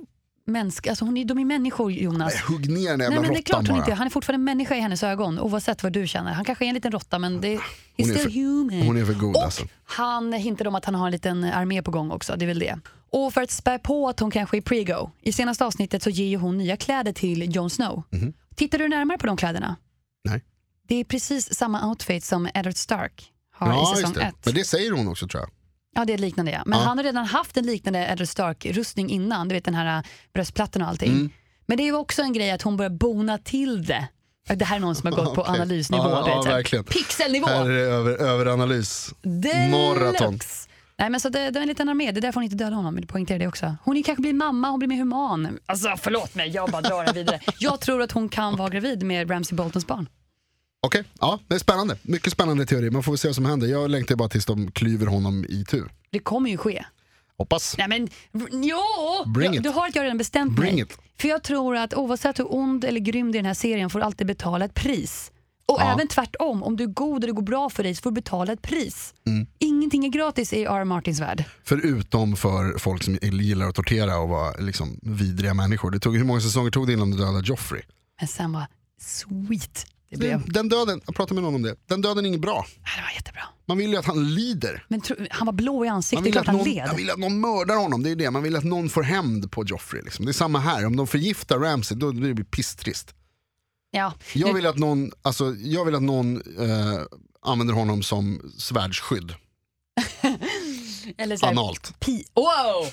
[SPEAKER 2] mänsk... Alltså hon är, de är människor, Jonas.
[SPEAKER 1] Hugg ner den
[SPEAKER 2] Nej,
[SPEAKER 1] jävla
[SPEAKER 2] men det är
[SPEAKER 1] råttan
[SPEAKER 2] klart hon
[SPEAKER 1] bara.
[SPEAKER 2] inte Han är fortfarande en människa i hennes ögon, oavsett vad du känner. Han kanske är en liten råtta, men det, he's
[SPEAKER 1] är
[SPEAKER 2] still
[SPEAKER 1] för-
[SPEAKER 2] human.
[SPEAKER 1] hon är för god,
[SPEAKER 2] och
[SPEAKER 1] alltså.
[SPEAKER 2] han hintar om att han har en liten armé på gång också, det är väl det. Och för att spä på att hon kanske är prego. I senaste avsnittet så ger ju hon nya kläder till Jon Snow.
[SPEAKER 1] Mhm.
[SPEAKER 2] Tittar du närmare på de kläderna?
[SPEAKER 1] Nej.
[SPEAKER 2] Det är precis samma outfit som Eddard Stark har i
[SPEAKER 1] Ja,
[SPEAKER 2] säsong
[SPEAKER 1] just det.
[SPEAKER 2] ett.
[SPEAKER 1] Men det säger hon också tror jag.
[SPEAKER 2] Ja, det är ett liknande ja. Men
[SPEAKER 1] Ja.
[SPEAKER 2] han har redan haft en liknande Eddard Stark-rustning innan, du vet den här äh, bröstplattan och allting.
[SPEAKER 1] Mm.
[SPEAKER 2] Men det är ju också en grej att hon börjar bona till det. Det här är någon som har gått på
[SPEAKER 1] Okej.
[SPEAKER 2] analysnivå.
[SPEAKER 1] (laughs) Ja,
[SPEAKER 2] du vet,
[SPEAKER 1] ja,
[SPEAKER 2] så här,
[SPEAKER 1] verkligen.
[SPEAKER 2] Pixelnivå!
[SPEAKER 1] Här är det över, överanalys.
[SPEAKER 2] Deluxe.
[SPEAKER 1] Maraton.
[SPEAKER 2] Nej men så det, det är en liten armé, det är därför hon inte dödar honom. Men poängterar det också. Hon är- kanske blir mamma, hon blir mer human. Alltså förlåt mig, jag bara drar den vidare. Jag tror att hon kan vara gravid med Ramsey Boltons barn.
[SPEAKER 1] Okej, ja, det är spännande. Mycket spännande teori. Man får väl se vad som händer. Jag längtar bara tills de klyver honom i tu.
[SPEAKER 2] Det kommer ju ske.
[SPEAKER 1] Hoppas.
[SPEAKER 2] Nej men, jo!
[SPEAKER 1] Bring
[SPEAKER 2] du,
[SPEAKER 1] it.
[SPEAKER 2] du har att jag redan bestämt
[SPEAKER 1] Bring
[SPEAKER 2] mig.
[SPEAKER 1] it.
[SPEAKER 2] För jag tror att oavsett hur ond eller grym du är i den här serien får du alltid betala ett pris. Och
[SPEAKER 1] Ja.
[SPEAKER 2] även tvärtom, om du är god och det går bra för dig så får du betala ett pris.
[SPEAKER 1] Mm.
[SPEAKER 2] Ingenting är gratis i R. Martins värld.
[SPEAKER 1] Förutom för folk som gillar att tortera och vara liksom, vidriga människor. Det tog, hur många säsonger tog det innan du dödade Joffrey?
[SPEAKER 2] Men sen var sweet det blev.
[SPEAKER 1] Den, den döden, jag pratade med någon om det, den döden är inget bra.
[SPEAKER 2] Nej, Det var jättebra.
[SPEAKER 1] Man vill ju att han lider.
[SPEAKER 2] Men tro, han var blå i
[SPEAKER 1] Man
[SPEAKER 2] ansiktet, det är
[SPEAKER 1] vill,
[SPEAKER 2] klart
[SPEAKER 1] att
[SPEAKER 2] han
[SPEAKER 1] någon, man
[SPEAKER 2] led.
[SPEAKER 1] vill att någon mördar honom, det är det. Man vill att någon får hämnd på Joffrey. Liksom. Det är samma här, om de förgiftar Ramsay då blir det pisstrist.
[SPEAKER 2] Ja.
[SPEAKER 1] Jag vill att någon, alltså, jag vill att någon eh, använder honom som svärdsskydd.
[SPEAKER 2] Eller så här,
[SPEAKER 1] Analt.
[SPEAKER 2] pi, wow!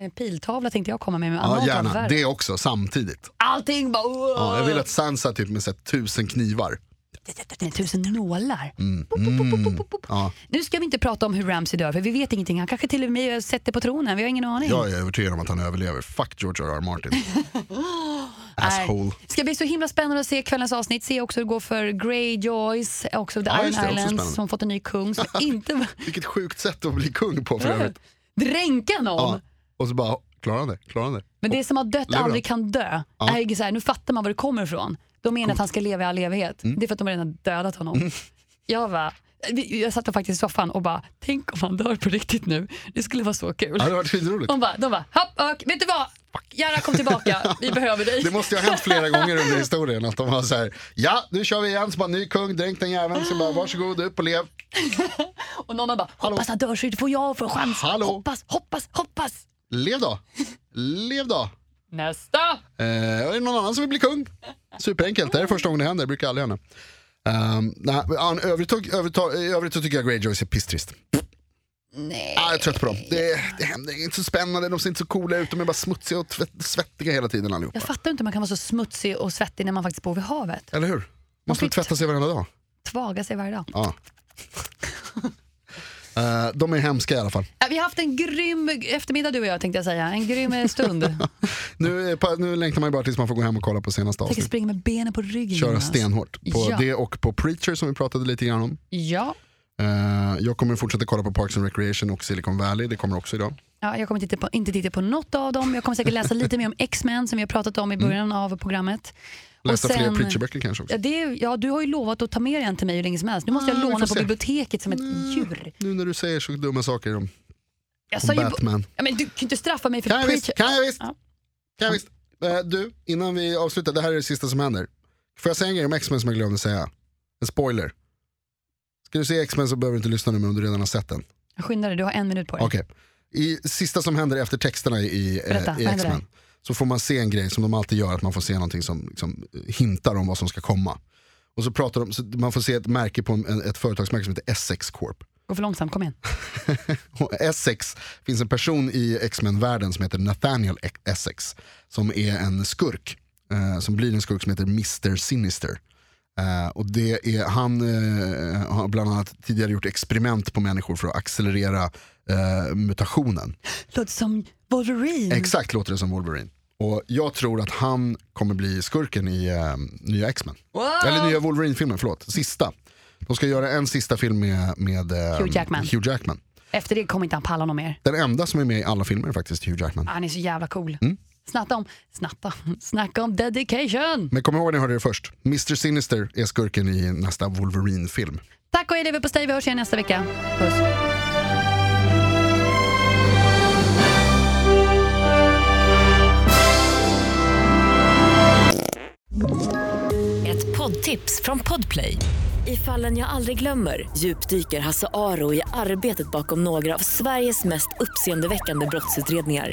[SPEAKER 2] En piltavla tänkte jag komma med, men
[SPEAKER 1] Ja,
[SPEAKER 2] annat var
[SPEAKER 1] gärna.
[SPEAKER 2] värre. Ah.
[SPEAKER 1] Det också, samtidigt.
[SPEAKER 2] Allting bara... Wow.
[SPEAKER 1] Ja, jag vill att Sansa typ med så här, tusen knivar.
[SPEAKER 2] Tusen nålar.
[SPEAKER 1] Mm, Ja,
[SPEAKER 2] Nu ska vi inte prata om hur Ramsey dör, för vi vet ingenting. Han kanske till och med sätter på tronen, vi har ingen aning.
[SPEAKER 1] jag är övertygad om att han överlever. Fuck George R.R. Martin.
[SPEAKER 2] (laughs) Nej.
[SPEAKER 1] Asshole.
[SPEAKER 2] ska bli så himla spännande att se kvällens avsnitt, se också hur det går för Greyjoys, också The
[SPEAKER 1] Ja,
[SPEAKER 2] Iron
[SPEAKER 1] just det, också
[SPEAKER 2] Islands
[SPEAKER 1] spännande.
[SPEAKER 2] som fått en ny kung
[SPEAKER 1] (laughs)
[SPEAKER 2] som inte var...
[SPEAKER 1] Vilket sjukt sätt att bli kung på för övrigt.
[SPEAKER 2] dränka någon.
[SPEAKER 1] Ja. Och så bara, klarar han det? Klarar han det?
[SPEAKER 2] Men det som har dött
[SPEAKER 1] Lever
[SPEAKER 2] aldrig kan dö. Är ju så här, nu fattar man var det kommer ifrån. De menar att han ska leva i all evighet.
[SPEAKER 1] Mm.
[SPEAKER 2] Det är för att de redan har dödat honom. Jag bara, jag satt faktiskt i soffan och bara, tänk om han dör på riktigt nu. Det skulle vara så kul.
[SPEAKER 1] Ja, det har varit skitroligt.
[SPEAKER 2] De bara, de bara hopp, ök, vet du vad? Gärna kom
[SPEAKER 1] (laughs)
[SPEAKER 2] tillbaka, vi behöver dig.
[SPEAKER 1] Det måste ju ha hänt flera gånger under historien att de var så här, ja nu kör vi igen, så bara ny kung, dränk den jäveln, så bara varsågod upp och lev.
[SPEAKER 2] Och någon bara, hoppas han dör så får jag få en chans.
[SPEAKER 1] Hallå?
[SPEAKER 2] Hoppas, hoppas, hoppas.
[SPEAKER 1] Lev då, lev då.
[SPEAKER 2] Nästa!
[SPEAKER 1] Eh, och är det någon annan som vill bli kung? Superenkelt, det här är första gången det händer, det brukar aldrig hända. Um, nej, an, övrigt, övrigt, övrigt så tycker jag Greyjoys är pisstrist.
[SPEAKER 2] Nej.
[SPEAKER 1] Ah, jag är trött på dem. Det, det händer det är inte så spännande, de ser inte så coola ut, de är bara smutsiga och tvätt, svettiga hela tiden allihopa.
[SPEAKER 2] Jag fattar inte hur man kan vara så smutsig och svettig när man faktiskt bor vid havet.
[SPEAKER 1] Eller hur? Måste
[SPEAKER 2] Man
[SPEAKER 1] de
[SPEAKER 2] fick-
[SPEAKER 1] tvätta sig varenda dag?
[SPEAKER 2] Tvaga sig varje dag. (laughs)
[SPEAKER 1] Ja. Eh, de är hemska i alla fall.
[SPEAKER 2] Ja, Vi har haft en grym eftermiddag du och jag tänkte jag säga. En grym eh, stund. (laughs) Jag
[SPEAKER 1] Nu, är pa- nu längtar man ju bara tills man får gå hem och kolla på senaste
[SPEAKER 2] tänker
[SPEAKER 1] avsnitt.
[SPEAKER 2] springa med benen på ryggen.
[SPEAKER 1] Köra
[SPEAKER 2] Jonas.
[SPEAKER 1] stenhårt på
[SPEAKER 2] Ja.
[SPEAKER 1] det och på Preacher som vi pratade lite grann om.
[SPEAKER 2] Ja.
[SPEAKER 1] Eh, jag kommer fortsätta kolla på Parks and Recreation och Silicon Valley, det kommer också idag.
[SPEAKER 2] ja. Jag kommer titta på, inte titta på något av dem. Jag kommer säkert läsa lite mer om X-Men som vi har pratat om i början av programmet.
[SPEAKER 1] Mm. Läsa
[SPEAKER 2] Och sen-
[SPEAKER 1] fler Preacher-böcker kanske också.
[SPEAKER 2] Ja, det är, ja, du har ju lovat att ta med dig en till mig hur länge som helst. Nu måste jag
[SPEAKER 1] Ja, vi
[SPEAKER 2] låna
[SPEAKER 1] får
[SPEAKER 2] på
[SPEAKER 1] se. Mm.
[SPEAKER 2] biblioteket som ett djur.
[SPEAKER 1] Nu när du säger så dumma saker om,
[SPEAKER 2] Alltså, Jag sa
[SPEAKER 1] om
[SPEAKER 2] ju,
[SPEAKER 1] Batman.
[SPEAKER 2] ja, men du kan ju inte straffa mig för
[SPEAKER 1] Kan jag visst,
[SPEAKER 2] preacher.
[SPEAKER 1] kan jag visst.
[SPEAKER 2] Ja.
[SPEAKER 1] Kan jag visst. Eh, du, innan vi avslutar, det här är det sista som händer. Får jag säga en grej om X-Men som jag glömde säga? En spoiler. Ska du se X-Men så behöver du inte lyssna nu men om du redan har sett den.
[SPEAKER 2] Skynda dig, du har en minut på dig.
[SPEAKER 1] Okej. I sista som händer efter texterna i, eh,
[SPEAKER 2] Berätta, vad
[SPEAKER 1] i
[SPEAKER 2] händer
[SPEAKER 1] X-Men så får man se en grej som de alltid gör, att man får se någonting som liksom, hintar om vad som ska komma. Och så pratar de, så man får se ett märke på en, ett företagsmärke som heter Essex Corp.
[SPEAKER 2] Gå för långsamt,
[SPEAKER 1] (laughs)
[SPEAKER 2] kom igen.
[SPEAKER 1] Och Essex finns en person i X-Men-världen som heter Nathaniel E- Essex. Som är en skurk. Eh, som blir en skurk som heter Mr Sinister. Eh, och det är, han eh, har bland annat tidigare gjort experiment på människor för att accelerera eh, mutationen.
[SPEAKER 2] Låter som Wolverine.
[SPEAKER 1] Exakt låter det som Wolverine. Och jag tror att han kommer bli skurken i eh, nya X-Men. Eller nya Wolverine-filmen, förlåt. Sista. De ska göra en sista film med, med eh,
[SPEAKER 2] Hugh Jackman.
[SPEAKER 1] Hugh Jackman.
[SPEAKER 2] Efter det kommer inte han palla någon mer.
[SPEAKER 1] Den enda som är med i alla filmer är faktiskt Hugh Jackman.
[SPEAKER 2] Han är så jävla cool.
[SPEAKER 1] Mm.
[SPEAKER 2] Snatta om, snatta, snacka om dedication.
[SPEAKER 1] Men kom ihåg att ni hörde det först. Mr Sinister är skurken i nästa Wolverine-film.
[SPEAKER 2] Tack och hej, lever på Vi hörs igen nästa vecka. Puss.
[SPEAKER 5] Ett poddtips från Podplay. I fallen jag aldrig glömmer djupdyker Hasse Aro i arbetet bakom några av Sveriges mest uppseendeväckande brottsutredningar.